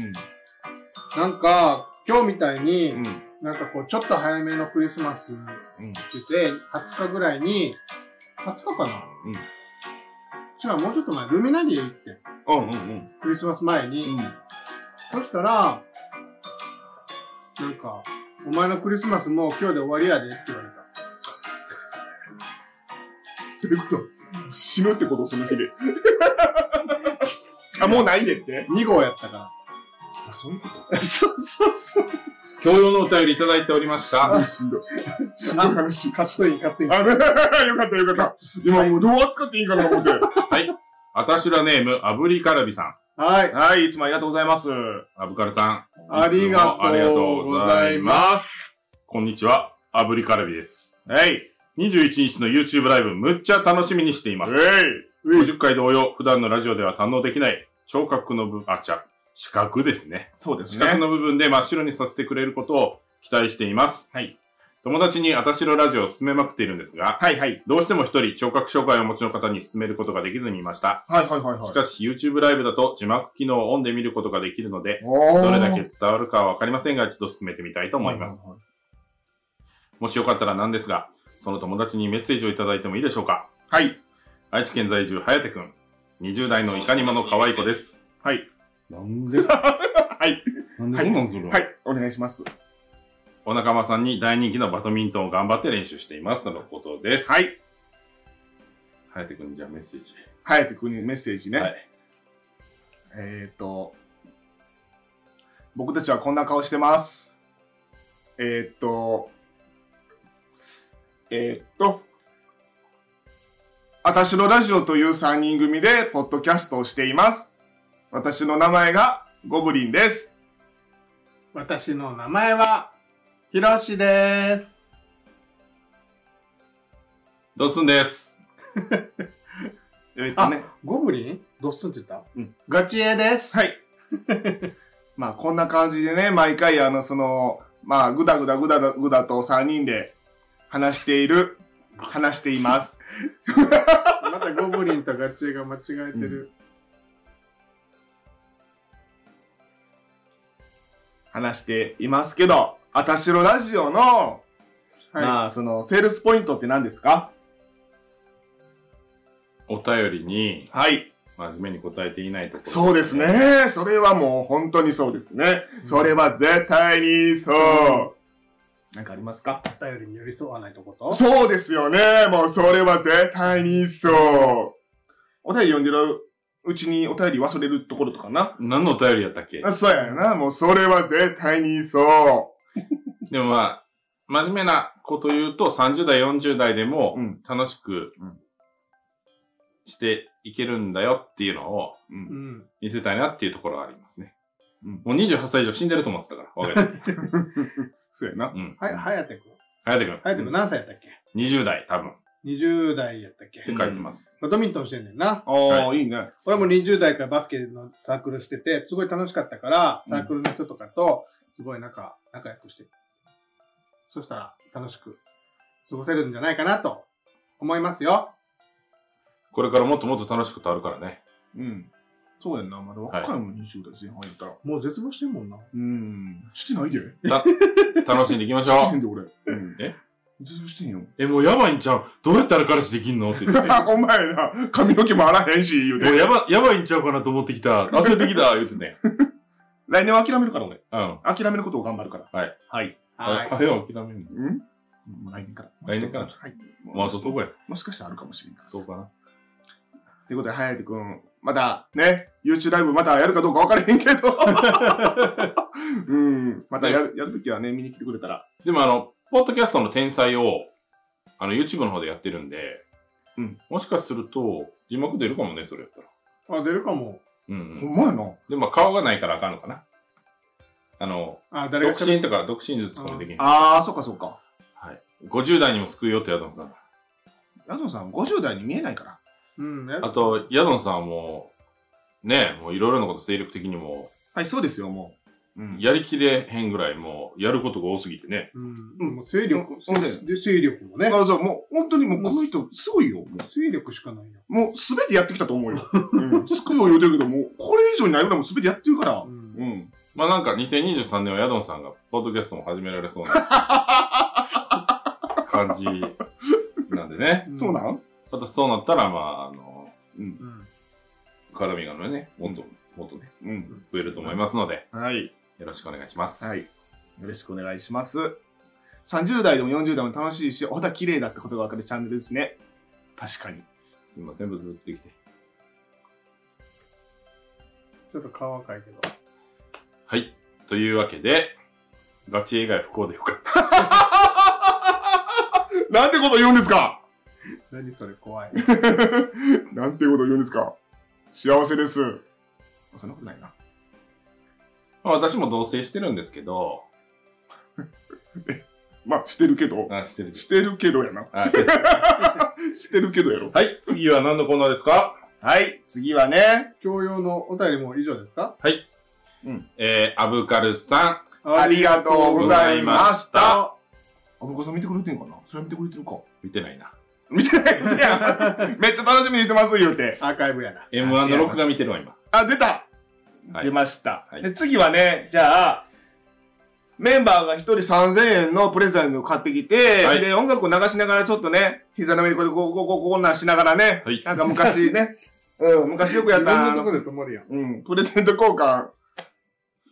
なんか、今日みたいに、うん。なんかこう、ちょっと早めのクリスマスうん。って言って、20日ぐらいに、20日かなうん違う、もうちょっと前、ルミナリエ行って、うんうんクリスマス前に。うん。そしたら、なんか、お前のクリスマスもう今日で終わりやでって言われた。 どういうこと死ぬってことその日で。あ、もうないでって。 2号やったかあ、そういうことら。 そうそうそう。共用のお便りいただいておりました。あ、しんどい。しんどい悲しい。勝ちといい、勝手に。あ、よか ったよかった。今もうどう扱っていいかなと思って。あたしらネーム、あぶりカルビさん。はい。はい、いつもありがとうございます。あぶかるさん。ありいがとうつもありがとうございます。こんにちは。あぶりカルビです。はい。 21日の YouTube ライブ、むっちゃ楽しみにしています。うい50回同様、普段のラジオでは堪能できない聴覚の部、あ、ちゃ、視覚ですね。そうです視ね覚。の部分で真っ白にさせてくれることを期待しています。はい。友達にあたしろラジオを勧めまくっているんですが、はいはい。どうしても一人聴覚障害をお持ちの方に勧めることができずにいました。はいはいはいしかし YouTube ライブだと字幕機能をオンで見ることができるので、おーどれだけ伝わるかはわかりませんが、一度進めてみたいと思います。。もしよかったらなんですが、その友達にメッセージをいただいてもいいでしょうかはい。愛知県在住、はやてくん。20代のいかにもの可愛い子です。はい。な んではい。なんでそうなんするはい、お願いします。お仲間さんに大人気のバドミントンを頑張って練習しています。とのことです。はい。は颯君じゃあメッセージ。颯君にメッセージね。はいえっ、ー、と、僕たちはこんな顔してます。えっ、ー、と、えっ、ー、と、あたしのラジオという3人組でポッドキャストをしています。私の名前がゴブリンです。私の名前は、ひろしです。ドッスンです。えっ、とね、ゴブリンどっすんって言ったうん。ガチエです。はい。 まあ、こんな感じでね、毎回、あの、その、まあ、ぐだぐだぐだぐだと3人で話している、話しています。またゴブリンとガチエが間違えてる。話していますけど、あたしろラジオの、はいまあ、その、セールスポイントって何ですかお便りにはい。真面目に答えていないところ、そうです。ね。それはもう本当にそうですね。それは絶対にそう。なんかありますかお便りに寄り添わないとことそうですよね。もうそれは絶対にそう。お便り読んでるうちにお便り忘れるところとかな。何のお便りやったっけあそうやな。もうそれは絶対にそでもまあ、真面目なこと言うと、30代、40代でもう。ん。楽しくうんしていけるんだよっていうのをうんん。見せたいなっていうところはありますね。うんもう28歳以上死んでると思ってたから、若い時そうやな。うん。はい、はやてくん。隼人はやてくん何歳やったっけ君、20代多分っ ?20 代やったっけて書いてます。バドミントンしてんねんな。ああ、、はいいね。俺も20代からバスケのサークルしてて、すごい楽しかったから、うんサークルの人とかと、すごい仲、仲良くしてる。そしたら、楽しく過ごせるんじゃないかなと思いますよ。これからもっともっと楽しくとあるからね。うん。そうやんな。まだ若いもん20代前半やったら。もう絶望してるもんな。うん。してないで。してた楽しんでいきましへょんう。で、俺。うんえ全然してへんよ。 え、もうやばいんちゃうどうやったら彼氏できんのって言 って。あ、お前な、髪の毛もあらへんし、言うもうて。やば、やばいんちゃうかなと思ってきた。焦ってきた、言うてね。来年は諦めるから、俺。うん。諦めることを頑張るから。はい。はい。あはい。れは諦める。うんもう来年から。来年からはい。まあ、ちょっとこや。もしかしたらあるかもしれんからさどうかな。ということで、隼人くん、またね、YouTube ライブまたやるかどうか分からへんけ ど。うん。またやる、やるときはね、見に来てくれたら。 でもあの、ポッドキャストの天才を、あの、YouTube の方でやってるんで、うん。もしかすると、字幕出るかもね、それやったら。あ、出るかも。うん、ほうん。んまやな。で、まあ、顔がないからあかんのかな。あの、あ、誰独が喋身とか、独身術とかもできる。ああ、そっかそっか。 50代にも救うよってヤドンさん。ヤドンさん、50代に見えないから。うん、やあと、ヤドンさんはもう、ねえ、もういろいろなこと精力的にも、はい、そうですよ、もう。うん。やりきれへんぐらい、もう、やることが多すぎてね。うん。もう勢力、ほんで勢力もね。あそう、もう、本当にもう、この人、すごいよ。もう勢力しかないよ。もうすべてやってきたと思う よ。うん。救いを言うてるけど、もう、これ以上にないぐらいもうすべてやってるからう。ん。うん。まあなんか2023年はヤドンさんがポッドキャストも始められそうな感じなんでね。そうなんんまたそうなったら、まあ、あの、うん、うん。絡みがね、もっと、もっとね、うん。増えると思いますので、はい。よろしくお願いします。はいよろしくお願いします。30代でも40代も楽しいし、お肌綺麗だってことがわかるチャンネルですね。確かに。すいません、ブツブツできて。ちょっと顔赤いけど。はい。というわけで、ガチ以外不幸でよかった。なんてこと言うんですか何それ 怖い。なんてこと言うんですか幸せです。そんなことないな。まあ私も同棲してるんですけど、まあ、してるけど。あ、してる。してるけどやな。はい。してるけどやろ。はい。次は何のコーナーですかはい、次はね、教養のお便りも以上ですかえー、アブカルさん、ありがとうございましありがた。あぶかさん見てくれてんかなそれは見てくれてるか。見てないな。見てないですや ん。めっちゃ楽しみにしてます、言うて。アーカイブやな。 M1 の録画見てるわ、今。あ、出た、はい出ました、はいで。次はね、じゃあ、メンバーが一人3000円のプレゼントを買ってきて、はいで、音楽を流しながらちょっとね、膝の上にこれ、こう、こう、こう、こんなんしながらね、はい。なんか昔ね、うん、昔よくやっ自分た、のあとのこで止まるやん。うん、プレゼント交換、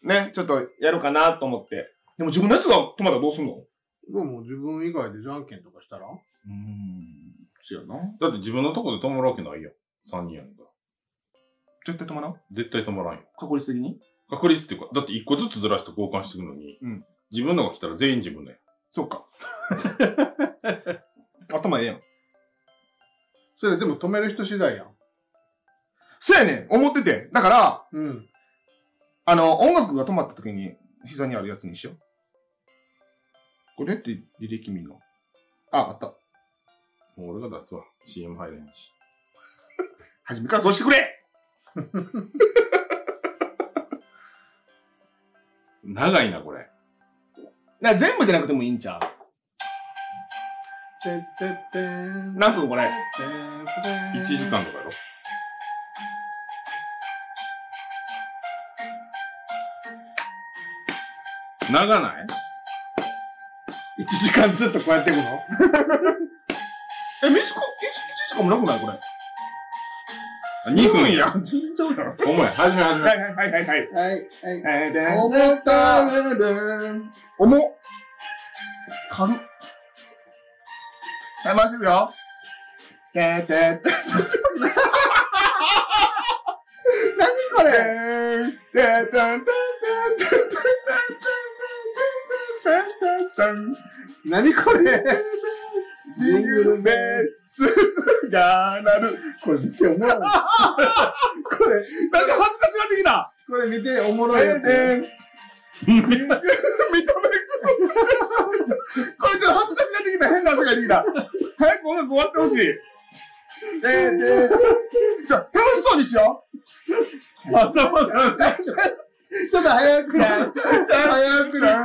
ね、ちょっとやろうかなと思って。でも自分のやつが止まったらどうすんのでも自分以外でじゃんけんとかしたらうん、そやな。だって自分のとこで泊まるわけないやん。3人やんか。絶対止まらん絶対泊まらんよ。確率的に確率っていうか、だって1個ずつずらして交換していくのに、うん自分のが来たら全員自分だよ。そうか。 頭ええやん。それでも止める人次第やん。そやねん思ってて。だから、うん。あの、音楽が止まった時に膝にあるやつにしよう。これって履歴見んのあ、あった。もう俺が出すわ。CM 入れへんし。初めからそうしてくれ長いな、これ。な全部じゃなくてもいいんちゃうてってってーん。何分これてーんてーん1時間とかやろ。長ない ?1 時間ずっとこうやって出 てくえ、の短い、1時間もなくないこれ。あ ?2 分や。。尋常だろ。お前、始め始いめ。はいはいはいはい。はい、はい。えー、で思ったー重っ。軽っ。はい、回していくよ。てーてーてー。何これてーてーてーてーてーてーてーてーてーてーてーてーてー何これジングルベル、鈴が鳴る。これ見ておもろい。なんこれ、か恥ずかしなってきたこれ見ておもえろいやーつ。てー認める。これちょっと恥ずかしなってきた。変な汗が出てきた。早く音楽終わってほしい。えーてーじゃあ、楽しそうにしよ頭が。ちょっと早く、早う。じゃんく、早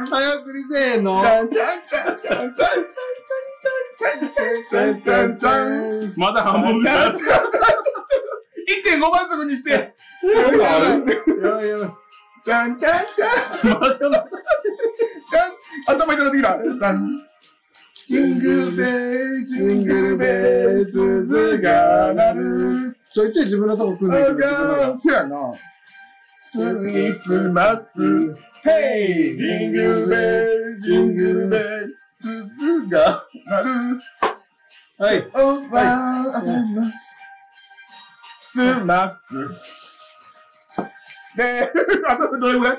くりせーの。じゃんじゃんじゃんじゃんじゃんじゃんじゃんじゃんじゃんじゃんじゃんじゃん。まだ半分だ。 1.5倍速にして。よいよいじゃんじゃんじゃん。じゃん。頭痛くなってきた。じゃん。ジングルベー、ジングルベー、鈴が鳴る。ちょいちょい自分のとこ来んだけど自分のが。そうやな。クリスマス。ヘイジングルベー、ジングルベー、鈴が鳴る。はい。おばあたのし。すます。で、あとどれぐらい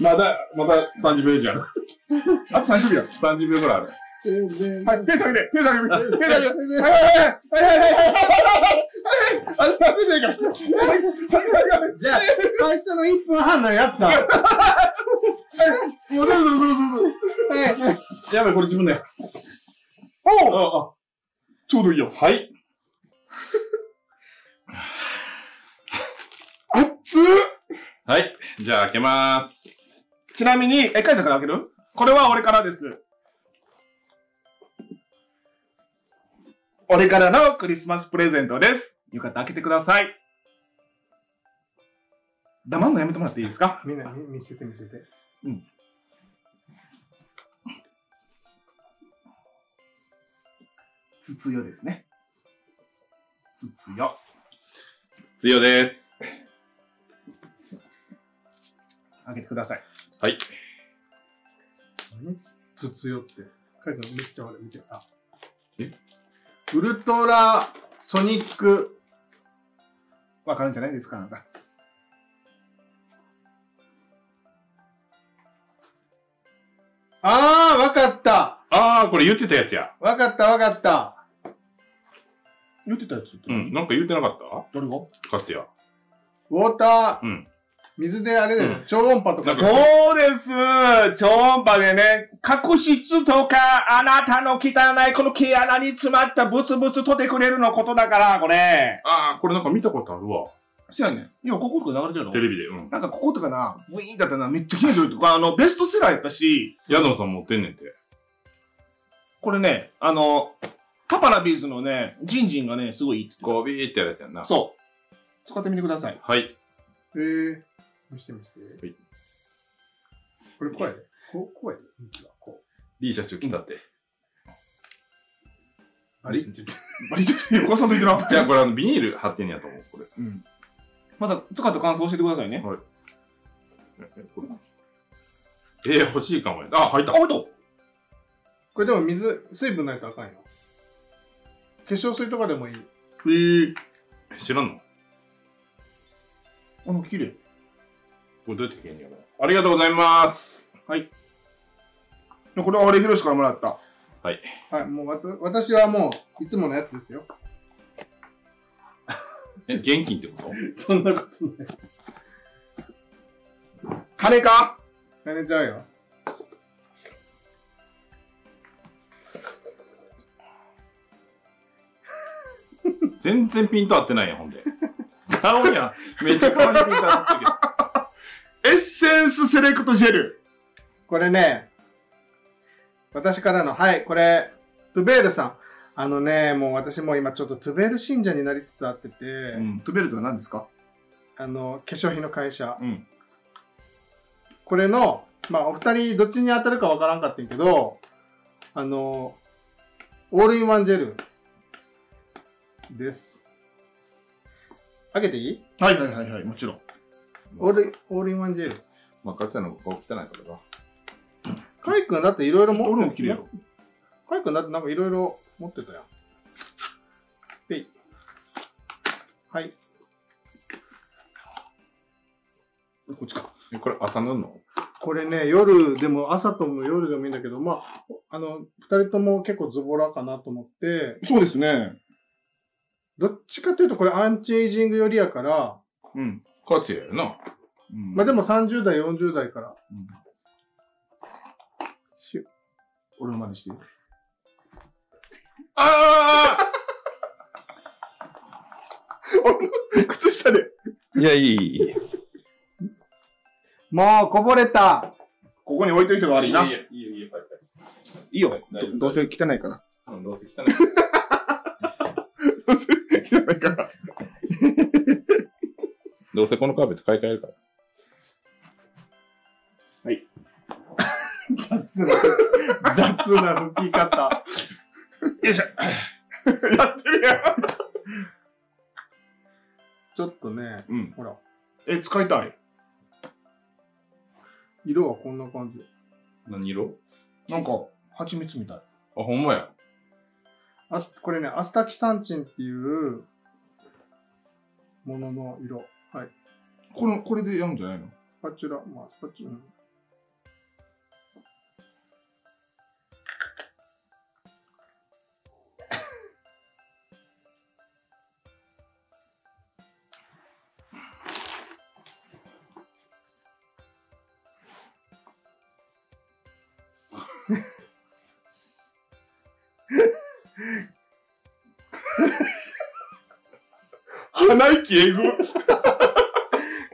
まだ、まだ30秒じゃん。あと30秒。 30秒ぐらいある。ははい、手下げて、手下げて、手 下げて。はいはいはいはいはいはいはいはいはいあと30秒から。はいはいはいはいい。じゃあ、最初の1分半のや った。はいもうそろそろそろそろ。はいやべ、これ自分だよ。おうあ、あ、ちょうどいいよ。 はい。あっつはい。じゃあ、開けまーす。ちなみに、え、会社から開けるこれは俺からです。俺からのクリスマスプレゼントです。よかったら開けてください。黙んのやめてもらっていいですかみんな見見せて見せて。つつよですね。つつよ。必要です。開けてください。はい。何つつよって。書いてあるめっちゃ悪い。見て。あ。えウルトラソニック。わかるんじゃないですか、あなた。あー、わかった。あー、これ言ってたやつや。わかった、わかった。言ってたやつってうん。なんか言ってなかっどれがたかつや。ウォーター、うん水であれだよ、うん超音波とか。そうです超音波でね、角質とか、あなたの汚いこの毛穴に詰まったブツブツ取ってくれるのことだから、これ。あー、これなんか見たことあるわ。そうやね。いや、こことか流れてるテレビで。うん。なんかこことかな、ブイーンだったな、めっちゃ切れてるとか、あの、ベストセラーやったし、ヤドンさん持ってんねんて。これね、あの、パパラビーズのね、ジンジンがね、すごいいいって言ってこう、ビーってやられてんなた。。そう。使ってみてください。はい。へえ。見して見して。いこれ声で。こう、声で。向きはこ D 社長来たって。う。あれって言って。バリ横さんと言ってな。じゃあ、これあの、ビニール貼ってんやと思う、これ。うん。また使った感想教えてくださいね。えこれえー、欲しいかもや。あ、入ったあ、。ほんとこれでも水、水分ないとあかんよ。化粧水とかでもいい。えー、知らんのあの、綺麗。これどうやって消えんのやろありがとうございます。これは俺、ヒロシからもらった。はい、もうわた私はもう、いつものやつですよ。え、現金ってこと そんなことない。金かやめちゃうよ。全然ピント合ってないやん、ほん で。顔には、めっちゃ顔にピント合ってるけど。エッセンスセレクトジェル。これね、私からの、はい、これ、トゥベールさん。あのね、もう私も今ちょっとトゥベール信者になりつつあってて、うん。トゥベルトは何ですかあの、化粧品の会社。うんこれの、まあ、お二人、どっちに当たるかわからんかったんやけど、あの、オールインワンジェルです。開けていいはいはいはいはい、もちろん。オール、オールインワンジェル。まあ、ガチャの顔汚いからな。カイ君だっていろいろ持って俺も綺麗よ。カイ君だってなんかいろいろ持ってたやん。ペイ。はい。こっちか。え、これ朝塗んのこれね、夜でも朝とも夜でもいいんだけど、まあ、あの、二人とも結構ズボラかなと思って、そうですね。どっちかというとこれアンチエイジング寄りやから、うん。ガチやよな。うんまあでも30代、40代から。うんし俺の真似して。あ靴下で。あいや、いい、いい。もうこぼれたここに置いといてが悪いな。いいいよ、いいよ、いよ。大丈夫どどうせ汚いから。うん、どうせ汚い。どうせ汚いから。どうせこのカーペット買い替えるから。雑な、雑な吹き方。やってるやん。ちょっとね、うん。ほら、え、使いたい。色はこんな感じ。何色なんか、蜂蜜みたい。あ、ほんまや。アスこれね、アスタキサンチンっていうものの色。はい。この、これでやるんじゃないのスパチュラ、まあスパチュラ。うん鼻息えぐ。やめて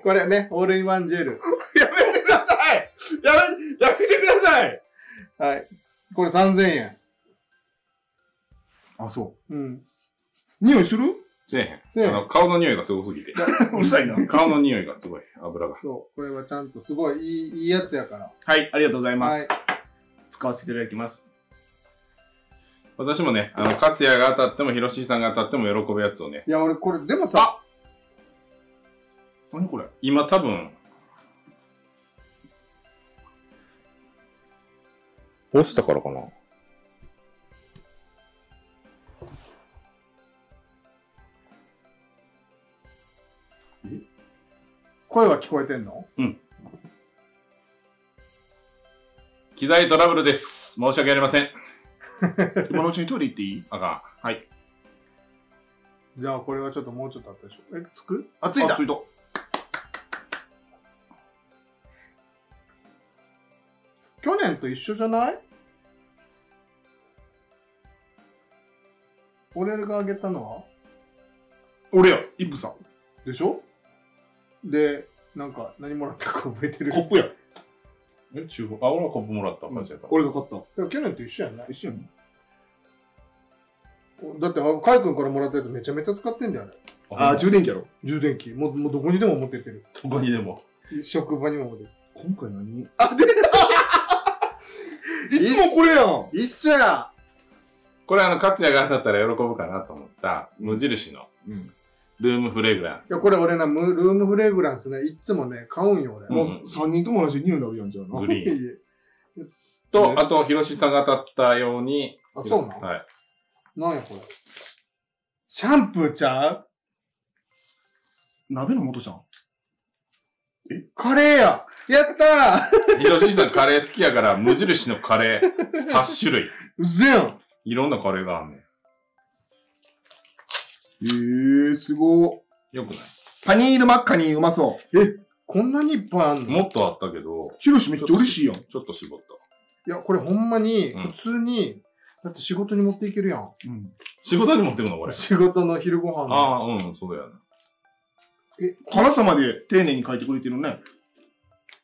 これね、オールインワンジェル。くださいやめ、やめてくださいはい。これ3000円。あ、そうん。う。匂いするせえせへえん。あの、顔の匂いがすごすぎて。 うるさいな。顔の匂いがすごい。油が。そう。これはちゃんとすごいいいいいやつやから。はい、ありがとうございまはいす。。使わせていただきます。私もね、あの、勝也が当たっても、広志さんが当たっても喜ぶやつをね、いや、俺これ、でもさ、何これ今多分、落ちたからかな。声は聞こえてんの機材トラブルです。申し訳ありません。今のうちにトイレ行っていいあかん。じゃあ、これはちょっともうちょっと後でしょ。え、つくあ、ついたついた。去年と一緒じゃない俺があげたのは俺や、イップさん。でしょで、なんか何もらったか覚えてる。コップや。え、中古あ、俺はコップもらった。間違えた。俺が買った。でも去年と一緒やんない一緒にだって、あカイ君からもらったやつめちゃめちゃ使ってんだよ、あれ。あー、中充電器やろ。充電器。もう、もうどこにでも持ってってる。古にでも。職場にも持ってる。今回何あ、出たいつもこれやん。一緒やこれあの、勝也が当たったら喜ぶかなと思った、無印のうん。ルームフレグランいス。や、これ俺な、ムルームフレグランスね、いっつもね、買うんよ、俺。んもう3人とも同じ匂いになるやんじゃあな。グリーン。ン。と、あと、広志さんが当たったように。あ、そうなのはい。なんや、これ。シャンプーちゃう鍋の元じゃん。カレーややったーひろしさんカレー好きやから、無印のカレ ー8種類。うぜやんいろんなカレーがあんねええー、すごん。よくないパニールマッカニーうまそこんなにいっぱいあんのいもっとあったけどう。、ヒロシめっちゃ嬉しいやん。ちょっと絞った。や、これほんまに、うん普通に、だって仕事に持っていけるやん。うん。仕事に持ってくのこれ。仕事の昼ご飯の。ああ、うん、そうだよね。え、辛さまで丁寧に書いてくれてるね。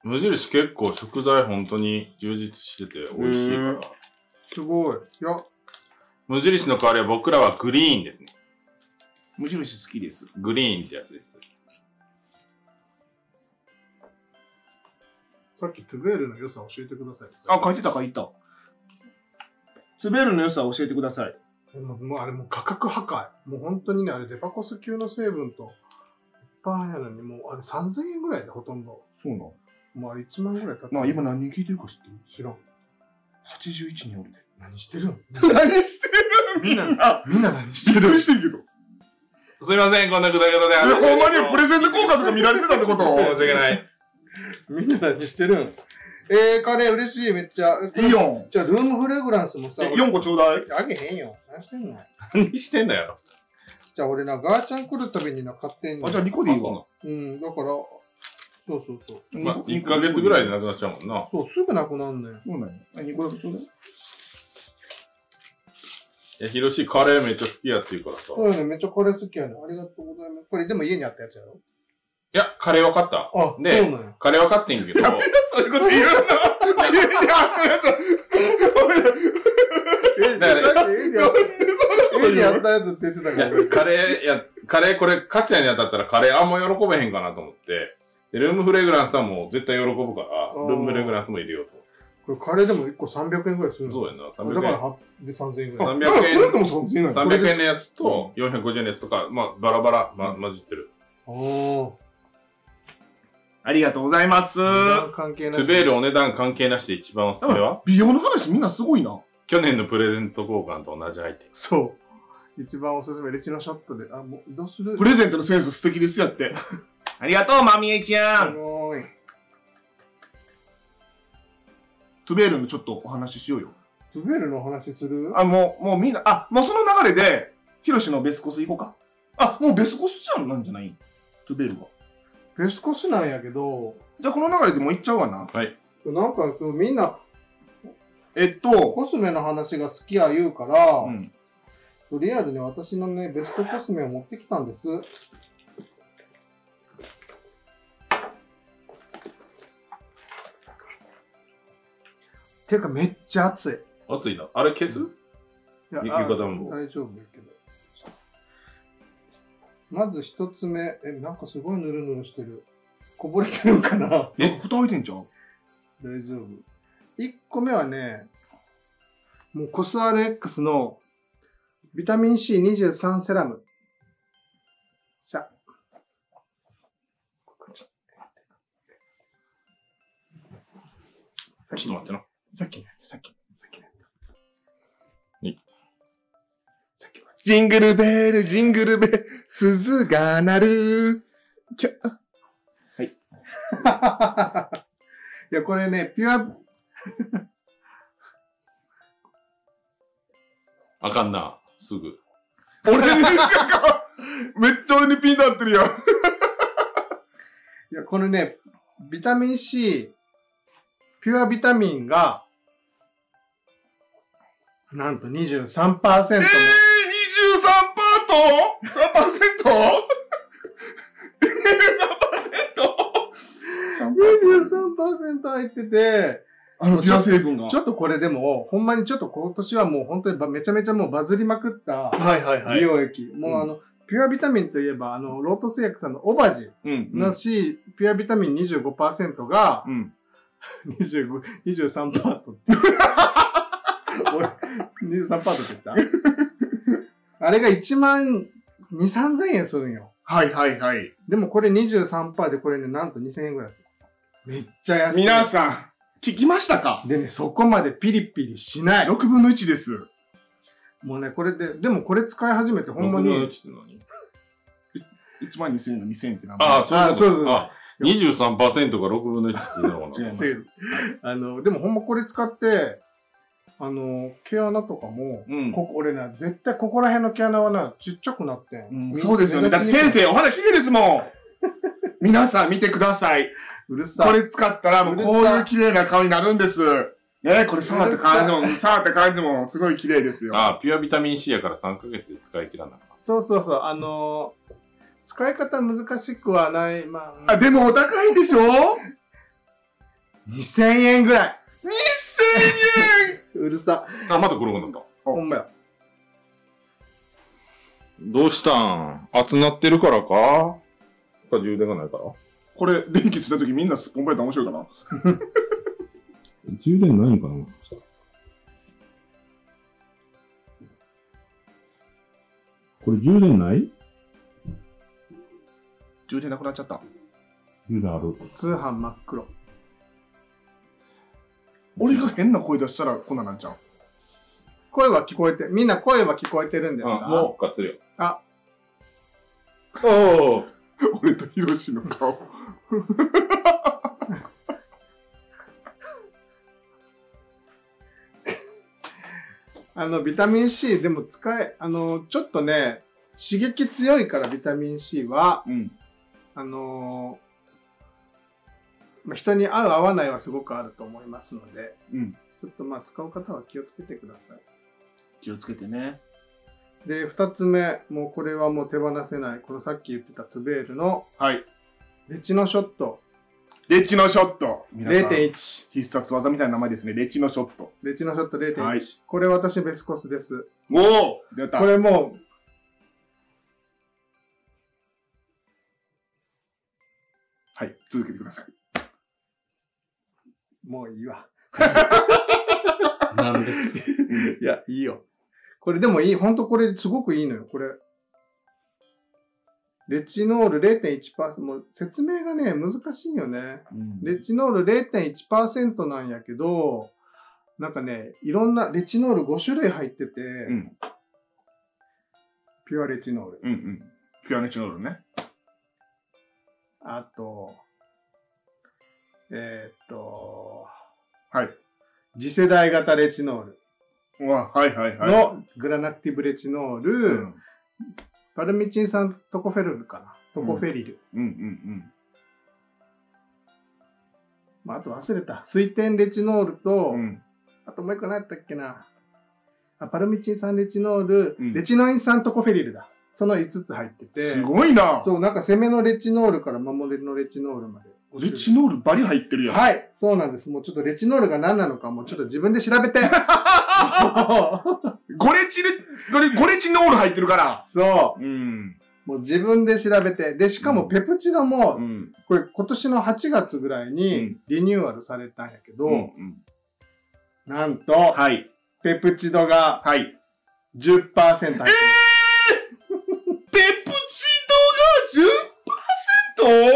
無印結構食材本当に充実してて美味しいから。すごい。いや、無印の代わりは僕らはグリーンですね。無印好きです。グリーンってやつです。さっきトゥベールの良さ教えてください。あ、書いてた書いてた。ツベルの良さを教えてください。でももうあれもう価格破壊。もう本当にね、あれデパコス級の成分と、いっぱいやのに、もうあれ3000円ぐらいでほとんど。そうなのもうあれ1万ぐらい経ってなあ、今何人聞いてるか知ってる知らん。 ?81 人おるで。何してるの何してるみんな。 みんな何してびっくりしてるけど。すいません、こんなぐだぐだで。あのえほんまにプレゼント効果とか見られてたってこと申し訳ない。 みんな何してるんえー、カレー嬉しい、めっちゃ。いいやん。じゃあ、ルームフレグランスもさ、え4個ちょうだい。あげへんよ。何してんの何してんだよ。じゃあ、俺な、ガーちゃん来るたびにな、買ってんの。あ、じゃあ2個あでいいそうわ。なうん、だから、そうそうそう。のまあ、1ヶ月ぐらいでなくなっちゃうもんな。そう、すぐなくなんねん。そうなんや。2個だけちょうだい。いや、ヒロシカレーめっちゃ好きやって言うからさ。そうよね、めっちゃカレー好きやねん。ありがとうございます。これ、でも家にあったやつやろいや、カレーは買った。あ、ねそうなんや。カレーは買ってんけ ど、そういうこと言うな。 急にあったやえ、だからだって家にあっつ。家にあったやつって言ってたいかやら、俺。カレー、いや、カレーこれ、勝ちゃんに当たったらカレーあんま喜べへんかなと思って、でルームフレグランスはもう絶対喜ぶから、ールームフレグランスも入れようと思これ、カレーでも1個300円ぐらいすって。るの。そうやんな、俺だから300は、で3000円ぐ円。らい。だからこ300 れで円。も3000円なんや。 300円のやつと450円のやつとか、まあ、バラバラ、ま、混じってる。あー。ありがとうございます。値段関係ない。トゥベールお値段関係なしで一番おすすめは美容の話みんなすごいな。去年のプレゼント交換と同じアイテム。そう。一番おすすめ、レチノショットで。あ、もう、どうするプレゼントのセンス素敵ですやって。 ありがとう、まみえちゃすん。ごい。トゥベールのちょっとお話ししようよ。トゥベールの話するあ、もう、もうみんな、あ、もうその流れで、ヒロシのベスコス行こうか。あ、もうベスコスじゃんなんじゃないトゥベールは。ベスコスなんやけど、じゃあこの流れでもう行っちゃうわな。なんかそうみんなえっと、コスメの話が好きや言うから、うん。とりあえずね、私のね、ベストコスメを持ってきたんです。ていうか、めっちゃ暑い。熱いな。あれ消すいや雪あ肌も大丈夫やけど。まず一つ目、え、なんかすごいぬるぬるしてる。こぼれてるんかなえ、蓋開いてんじゃん大丈夫。一個目はね、もうコス RX のビタミン C23 セラム。じゃ。ちょっと待ってな。さっきのやつ、さっきのやつ、さっきのやつ。はいさっきのやジングルベール、ジングルベール、鈴が鳴る。きゃ、つ。いや、これね、ピュア、あかんな。すぐ。俺に、なんか、めっちゃ俺にピンと合ってるやん。いや、このね、ビタミン C、ピュアビタミンが、なんと23%も。えー、23%? 3%? 23%入ってて、あの、ピュア成分が。ちょっとこれでも、ほんまにちょっと今年はもう本当にばめちゃめちゃもうバズりまくったはいはい美。容液。もうあの、ピュアビタミンといえば、あの、ロート製薬さんのオバジうん。の C、ピュアビタミン25%がうん。 25 23%パ ートって。俺、23%パートって言ったあれが1万2、3000円するんよ。はいはいはい。でもこれ23%パーでこれね、なんと2000円ぐらいする。めっちゃ安い。皆さん、聞きましたかでね、そこまでピリピリしない。 ?6 分の1です。もうね、これで、でもこれ使い始めてほんま僕がに落、ちてるのに。 1万2000円の2000円って名前。ああ、そうあそうそうそうあ、23%が6分の1っていう のか違いなま。せす。あの、でもほんまこれ使って、あの、毛穴とかも、うん。ここ俺ね、絶対ここら辺の毛穴はな、ちっちゃくなってん。うんみそうですよね。だって先。生、お肌綺麗ですもん。皆さん見てください。うるさこい。れ使ったら、もうこういう綺麗な顔になるんです。ねこれ触って感じも、触って感じも、すごい綺麗ですよ。ああ、ピュアビタミン C やから3ヶ月で使い切らなかっそうそうそう、あの、使い方難しくはない。まあ、あ、でもお高いんでしょ ?2000 2000円ぐらい。円うるさ。た。あ、また転がんだった。ほんまよ。どうしたん熱なってるからか充電がないからこれ、電気ついた時みんなすっぽんばいたら面白いかな充電ないのかなこれ充電ない充電なくなっちゃった。充電ある。通販真っ黒。俺が変な声出したらこんなんなんちゃう。声は聞こえて、みんな声は聞こえてるんですか、あ、もう復活するよ。あ。おお。俺とヒロシの顔。あの、ビタミン C でも使え、あの、ちょっとね、刺激強いからビタミン C は、うん。あのーまあ人に合う合わないはすごくあると思いますので、うん。ちょっとまあ使う方は気をつけてください。気をつけてね。で、二つ目、もうこれはもう手放せない、このさっき言ってたトゥベールのはい。レチノショットレッチのショット。0.1。 0.1。必殺技みたいな名前ですね。レッチのショット。レチノショット0.1。はいこれ私ベスコスです。おお出た。これもう、はい。続けてください。もういいわ。なんでいや、いいよ。これでもいい、ほんとこれすごくいいのよ、これ。レチノール0.1%、もう説明がね、難しいよね。レチノール0.1%なんやけど、なんかね、いろんな、レチノール5種類入ってて、んピュアレチノール。うんうん。ピュアネチノールね。あと、えーっと、はい。次世代型レチノールうわ、はいはいはい。のグラナティブレチノール、うん。パルミチン酸トコフェルルかな。トコフェリル。うんうんうん。まあ、あと忘れた。水天レチノールと、うんあともう一個何やったっけな。あパルミチン酸レチノール、うんレチノイン酸トコフェリルだ。その5つ入ってて。すごいな。そう、なんか攻めのレチノールから守りのレチノールまで。レチノールバリ入ってるやん。はい、そうなんです。もうちょっとレチノールが何なのか、もうちょっと自分で調べて。 ゴレチレ、ゴレゴレチノール入ってるから。そうん。う。もう自分で調べて。で、しかもペプチドも、うん。これ今年の8月ぐらいうにんリニューアルされたんやけど、うん。なんと、はい。ペプチドがはい。ペ10%入ってます。プチドが 10%?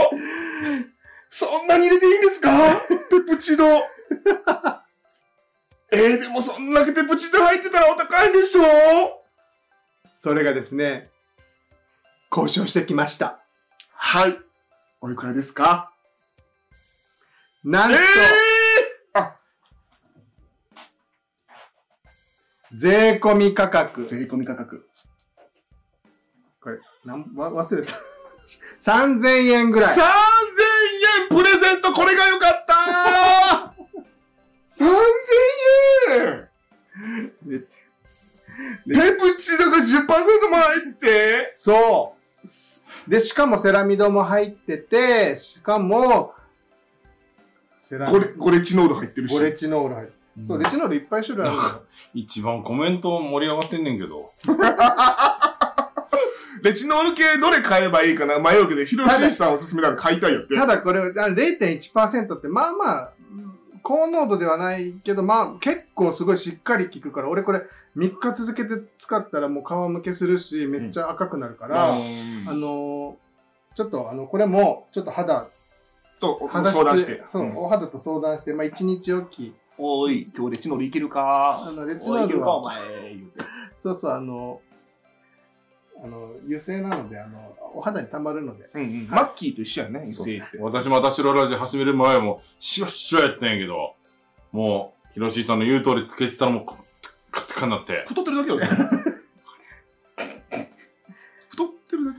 そんなに入れていいんですかペプチド。 えー、でもそんだけペプチド入ってたらお高いでしょそれがですね、交渉してきました。はい。おいくらですかなんえと、税込み価格ー、。税込み価格。なんわ忘れた。3000円ぐらい3000。円プレゼントこれが良か ったー !3000 円ペプチドが10%も入ってそう。で、しかもセラミドも入ってて、しかも、セラミこドれ、これチノール入ってるし。ゴレチノール入ってる。そう、レチノールいっぱい種類あるのよ。一番コメント盛り上がってんねんけど。レチノール系どれ買えばいいかな迷うけど、ヒロシさんおすすめなの買いたいよって。ただこれ、あ0.1%って、まあまあ、高濃度ではないけど、まあ結構すごいしっかり効くから、俺これ3日続けて使ったらもう皮むけするし、めっちゃ赤くなるから、うんあのーちょっとあの、これも、ちょっと肌、と、お肌質相談して。そう、んお肌と相談して、まあ1日おき、おい、今日レチノールいけるかあのレチノールはおいいけるかお前。言うてそうそう、あの、あの、油性なので、あの、お肌にたまるので。うんうん。マッキーと一緒やね、油性って。私も私のラジオ始める前も、しわしわやったんやけど、もう、ヒロシさんの言う通りつけてたらもう、カッカになって、太ってるだけ よ。太ってるだ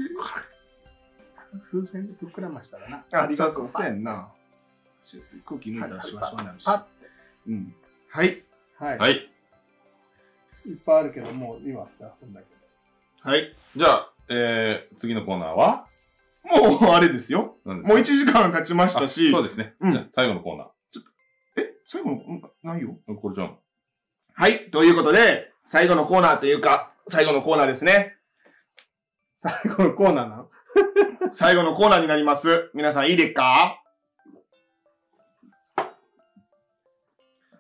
風船で膨らましたらな。けあ、そうそう、そうやんな。空気抜いたらシュワシュワになるしパ。ッてうん。はい。はい。はい。い、っぱいあるけど、もう今じゃあそんだけはい。じゃあ、えー、次のコーナーはもう、あれですよ。何ですかもう1時間経ちましたし。あそうですね。うんじゃあ最後のコーナえ、最後の、んないよ。ー。これじゃん。はい。ということで、最後のコーナーというか、最後のコーナーですね。 ど。このコーナーなの最後のコーナーになります。皆さんいいですか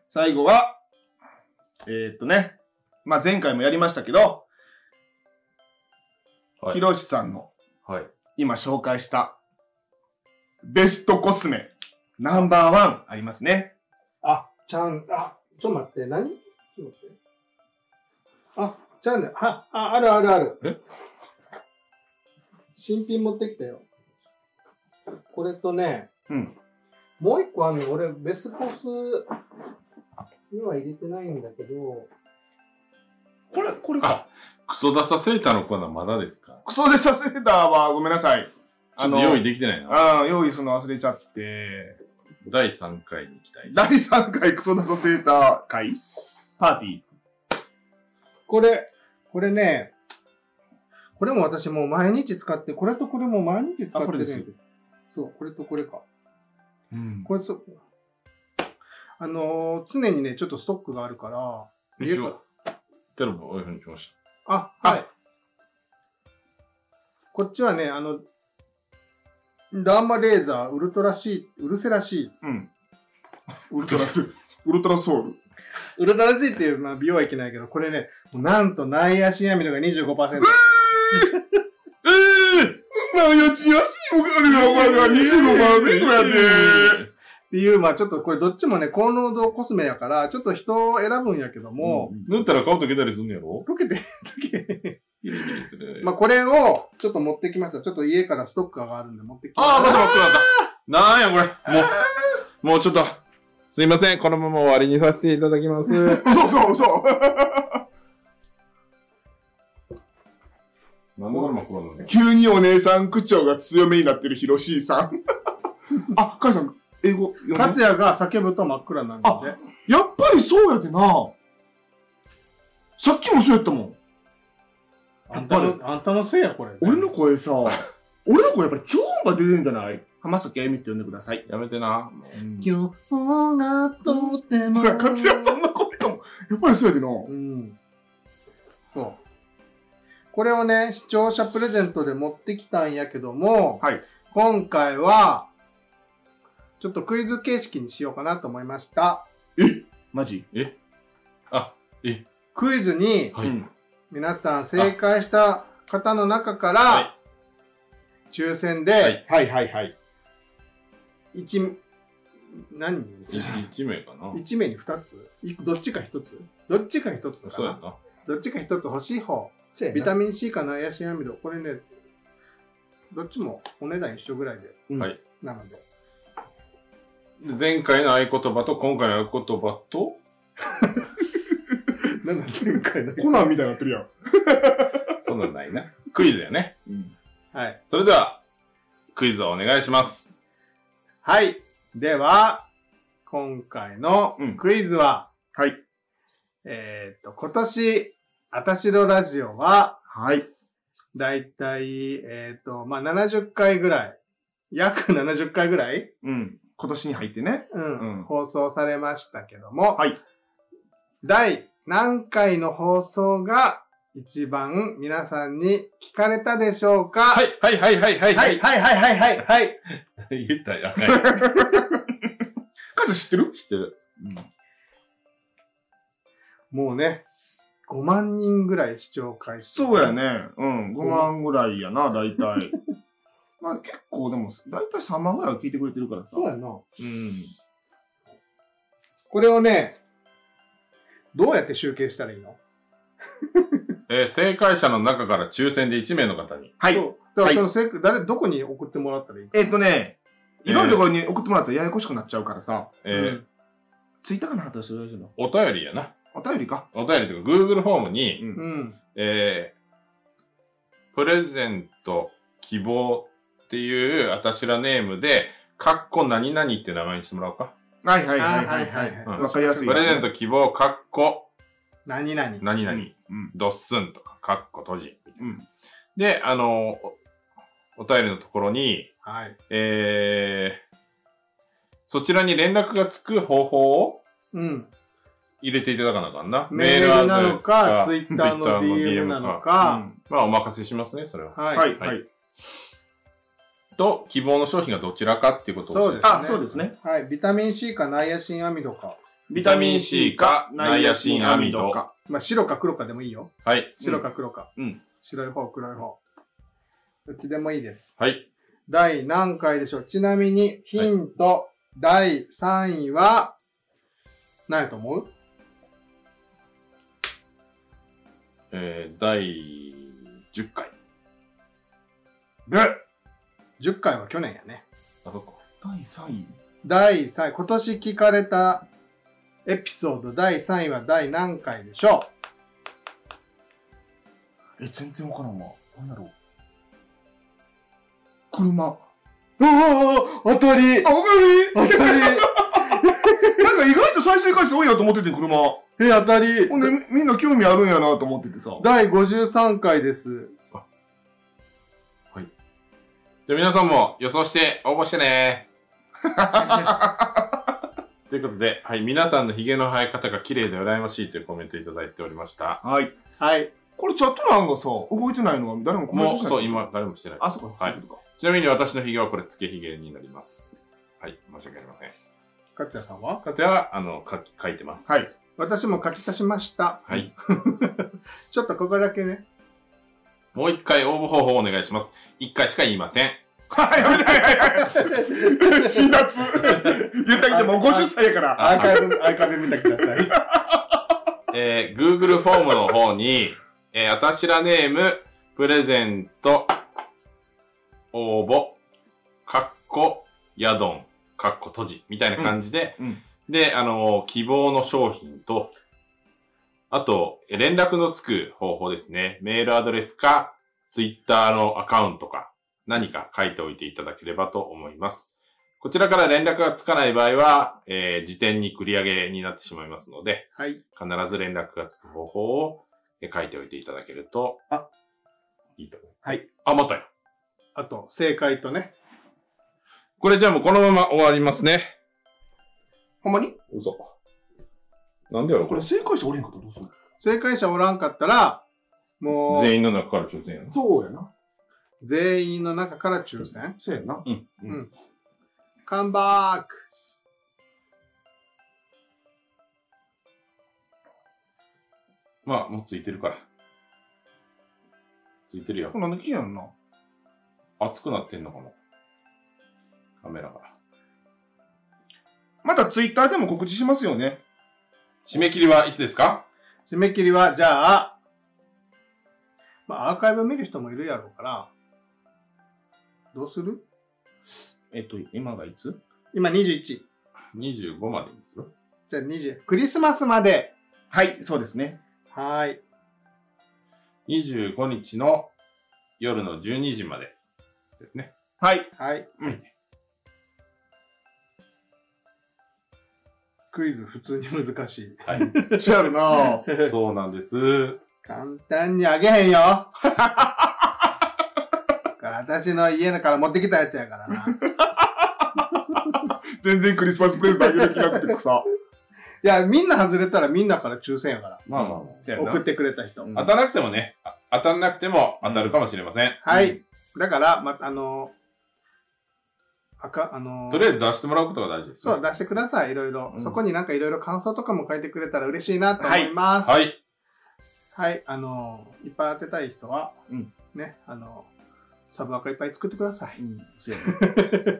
最後は、えーっとね、まあ、前回もやりましたけど、はいひろしさんのはい。今紹介したベストコスメナンバーワンありますね。あ、ちゃん、あ、ちょっと待って、何ちょっと待って。あ、ちゃんね、は、あ、あるあるある。え新品持ってきたよ。これとね、うん。もう一個あんの、俺、ベスコスには入れてないんだけど、これ、これか。あ、クソダサセーターのコーナーまだですかクソデサセーターはごめんなさい。ちょっと用意できてないな。ああ、用意するの忘れちゃって。第3回に行きたい。第3回クソデサセーター会パーティー。これ、これね、これも私もう毎日使って、これとこれも毎日使ってるんあこれですよそう、これとこれか。うん。これそ、あのー常にね、ちょっとストックがあるから、一応、テロもこういうふうに来ましあ、はい。こっちはね、あの、ダーマレーザー、ウルトラシー、ウルセラシうん。ウルトラス、ウルトラソウル。ー。ウルトラシーっていう、まあ、美容液なんやけど、これね、なんとナイアシンアミドが25%。た。ええなやちやしいもがあるよ、これが25%やで。っていう、まあちょっとこれどっちもね、高濃度コスメやから、ちょっと人を選ぶんやけども、塗ったら顔溶けたりすんのやろ溶けて、溶けて、ギリギリするまあこれをちょっと持ってきました。ちょっと家からストックがあるんで持ってきまああ、ました。た真っ黒だった。なんやこれ。もう、もうちょっと、すいません。このまま終わりにさせていただき ます。嘘嘘嘘。なんでこれ真っ黒なの急にお姉さん口調が強めになってるヒロシーさ ん。あ、カイさん、英語読んで勝也が叫ぶと真っ暗になるんで。やっぱりそうやでな。さっきもそうやったもん。あんたの、あんたのせいや、これ。俺の声 さ、俺の声やっぱり今日が出てるんじゃない浜崎あゆみって呼んでください。やめてな。もう今日がとても。勝也さんの声かも。やっぱりそうやでな。うん。そう。これをね、視聴者プレゼントで持ってきたんやけども、はい今回は、ちょっとクイズ形式にしようかなと思いました。マジクイズに、はい。うん皆さん正解した方の中から、は抽選で、はいはいはいはい。一、何い一名かな。一名に二ついどっちか一つどっちか一つかそうやなな。どっちか一つ欲しい方。せビタミン C かナイアシンアミド。これね、どっちもお値段一緒ぐらいで。うんはいな ので。で前回の合言葉と今回の合言葉と、なんだ、前回だコナンみたいになってるやん。そんなんない な。クイズやね。はい。それでは、クイズをお願いします。はい。では、今回のうんクイズは、はい。えーっと、今年、あたしろラジオは、はい。だいたい、えーっと、まあ、70回ぐらい、約70回ぐらいうん。今年に入ってね。うんうん放送されましたけども、はい第何回の放送が一番皆さんに聞かれたでしょうかは、はいはい、はい、はい、はい、はい、はい、はい、はい、はい、はい。言ったやはい。カイさん知ってる知ってる。もうね、5万人ぐらい視聴回数。そうや。ね。うん。5万ぐらいやな、大体。 まあ結構でも、大体3万ぐらいは聞いてくれてるからさ。そうやな。うん。これをね、どうやって集計したらいいの えー正解者の中から抽選で1名の方に。はい。そうだかはらいそのせ誰、どこに送ってもらったらいいえっとね、いろんなところに送ってもらったらややこしくなっちゃうからさ、えうーんついたかな私との。お便りやな。お便りか。お便りというか、Google フォームに、うんうん。えー、プレゼント希望っていう、あたしらネームで、かっこ何々って名前にしてもらおうか。はいはいははいいははいいははいい。わかりやすいプですレね。ゼント希望、かっこ何々。何々、うん。ドッスンとか、かっこ閉じ。うん。で、あの、おお便りのところに、はい。えー、そちらに連絡がつく方法をうん。入れていただかなあかんな。メールなのか、アドツレイスッターの DM なの。か。まあ、お任せしますね、それは。うんは。はいいはい。と、希望の商品がどちらかっていうことをそ教えうでてすね。あそうですね。はい。ビタミン C かナイアシンアミドか。ビタミン C かナイアシンアミド。か。まあ、白か黒かでもいいよ。はい。白か黒か。うん。白い方、黒い方。どっちでもいいです。はい。第何回でしょうちなみに、ヒント、第3位は、何やと思うえー、第10回。で、 ?10 回は去年やね。あ、そっか。第3位。第3位、今年聞かれたエピソード第3位は第何回でしょえ、全然わからんわ。何だろう。車。あ、ううお当たりわか る当たりなんか意外と再生回数多いなと思ってて、車。ほえ、当たりんで、みみんな興味あるんやなと思っててさ。第53回です。じゃあ皆さんも予想して応募して ね。ということで、はい、皆さんのヒゲの生え方が綺麗で羨ましいというコメントいただいておりました。はい。はい。これチャット欄がさ、動いてないのは誰もコメンもトしう、ない。そう、。今、誰もしてない。あ、そうか、はいそういうことか。ちなみに私のヒゲはこれ、つけヒゲになります。はい、申し訳ありません。勝也さんはかつやは、あの、書き、書いてます。はい。私も書き足しました。はい。ちょっとここだけね。もう一回応募方法をお願いします。一回しか言いません。はい、はい、はい、はい。 辛辣。言ったけど、もう50歳やから。アーカイブ、アーカイブ見てください。えー Google フォームの方に、えー、あたしらネーム、プレゼント、応募、かっこ、やどん、かっこ閉じ、みたいな感じで、うんうんで、あのー希望の商品と、あと、えー連絡のつく方法ですね。メールアドレスか、Twitter のアカウントか、何か書いておいていただければと思います。こちらから連絡がつかない場合は、えー、時点に繰り上げになってしまいますので、はい。必ず連絡がつく方法をえ書いておいていただけると、あ、いいと思います。はい。あ、またよ。あと、正解とね。これじゃあもうこのまま終わりますね。ほんまに嘘。なんでやろこれ正解者おれへんかったらどうする正解者おらんかったら、もう、全員の中から抽選やな。そうやな。全員の中から抽選。そうやな。うん。うんカンバークまあ、もうついてるから。ついてるよ。これなんで消えんの熱くなってんのかも。カメラから。またツイッターでも告知しますよね。締め切りはいつですか締め切りは、じゃあ、まあ、アーカイブ見る人もいるやろうから、どうするえっと、今がいつ今21。じ ?25 までにするゃあ20。クリスマスまで。はい、そうですね。はーい。 ?25 日の夜の12時までですね。はい。はい。うんクイズ普通に難しい。 はい。そうやる なそうなんです。簡単にあげへんよ。私の家から持ってきたやつやからな。全然クリスマスプレゼントあげる気なくて草。いや、みんな外れたらみんなから抽選やから。まあまあまあ。そうやな送ってくれた人。うん当たらなくてもね、あ当たらなくても当たるかもしれません。はい。だから、ま、あのー、あか、あのー、とりあえず出してもらうことが大事ですね。そう、出してください、いろいろ。うんそこになんかいろいろ感想とかも書いてくれたら嬉しいなと思います。はい。はい。あのー、いっぱい当てたい人は、うんね、あのー、サブアカいっぱい作ってください。うん、そうやな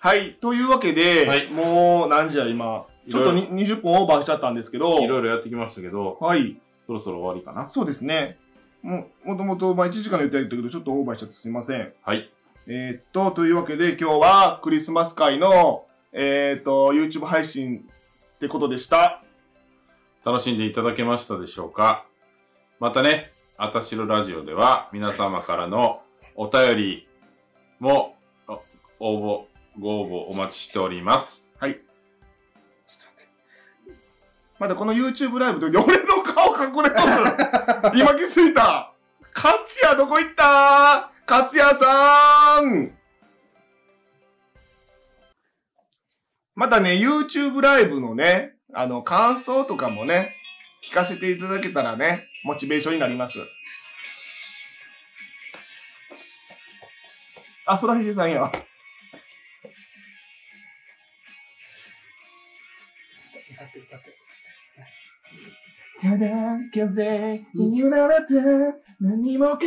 はい、というわけで、はいもう何時や今。ちょっとに20分オーバーしちゃったんですけど、いろいろやってきましたけど、はい。そろそろ終わりかな。そうですね。も、もともと、まあ、1時間の予定だったけど、ちょっとオーバーしちゃってすいません。はい。えーっと、というわけで、今日はクリスマス会の、えーっと、YouTube 配信ってことでした。楽しんでいただけましたでしょうかまたね、あたしろラジオでは皆様からのお便りもお応募、ご応募お待ちしております。まだこの YouTube ライブで俺の顔隠れとる今気づいた勝也どこ行った勝也さーんまたね、YouTube ライブのね、あの、感想とかもね、聞かせていただけたらね、モチベーションになります。あ、そらひじさんや。ただ風に揺られて何も考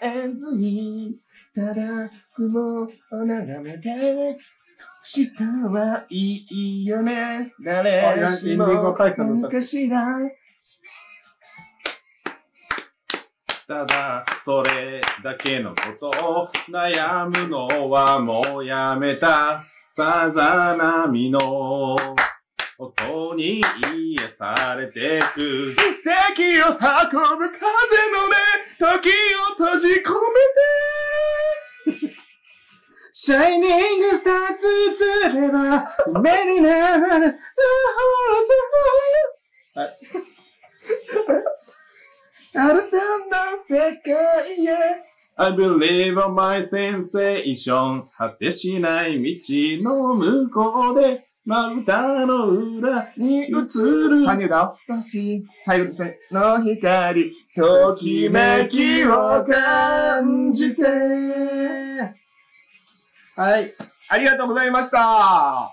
えずにただ雲を眺めてしたはいいよね誰しもあいやエンディングはカイツさんの歌何かしらただ、それだけのことを悩むのはもうやめた。さざ波の音に癒されてく。奇跡を運ぶ風のね時を閉じ込めて Shining Star つつれば、目になる、あるだんだん世界へ I believe on my sensation 果てしない道の向こうでまぶたの裏に映る三流だ。私、最後の光、ときめきを感じて。はい。ありがとうございました。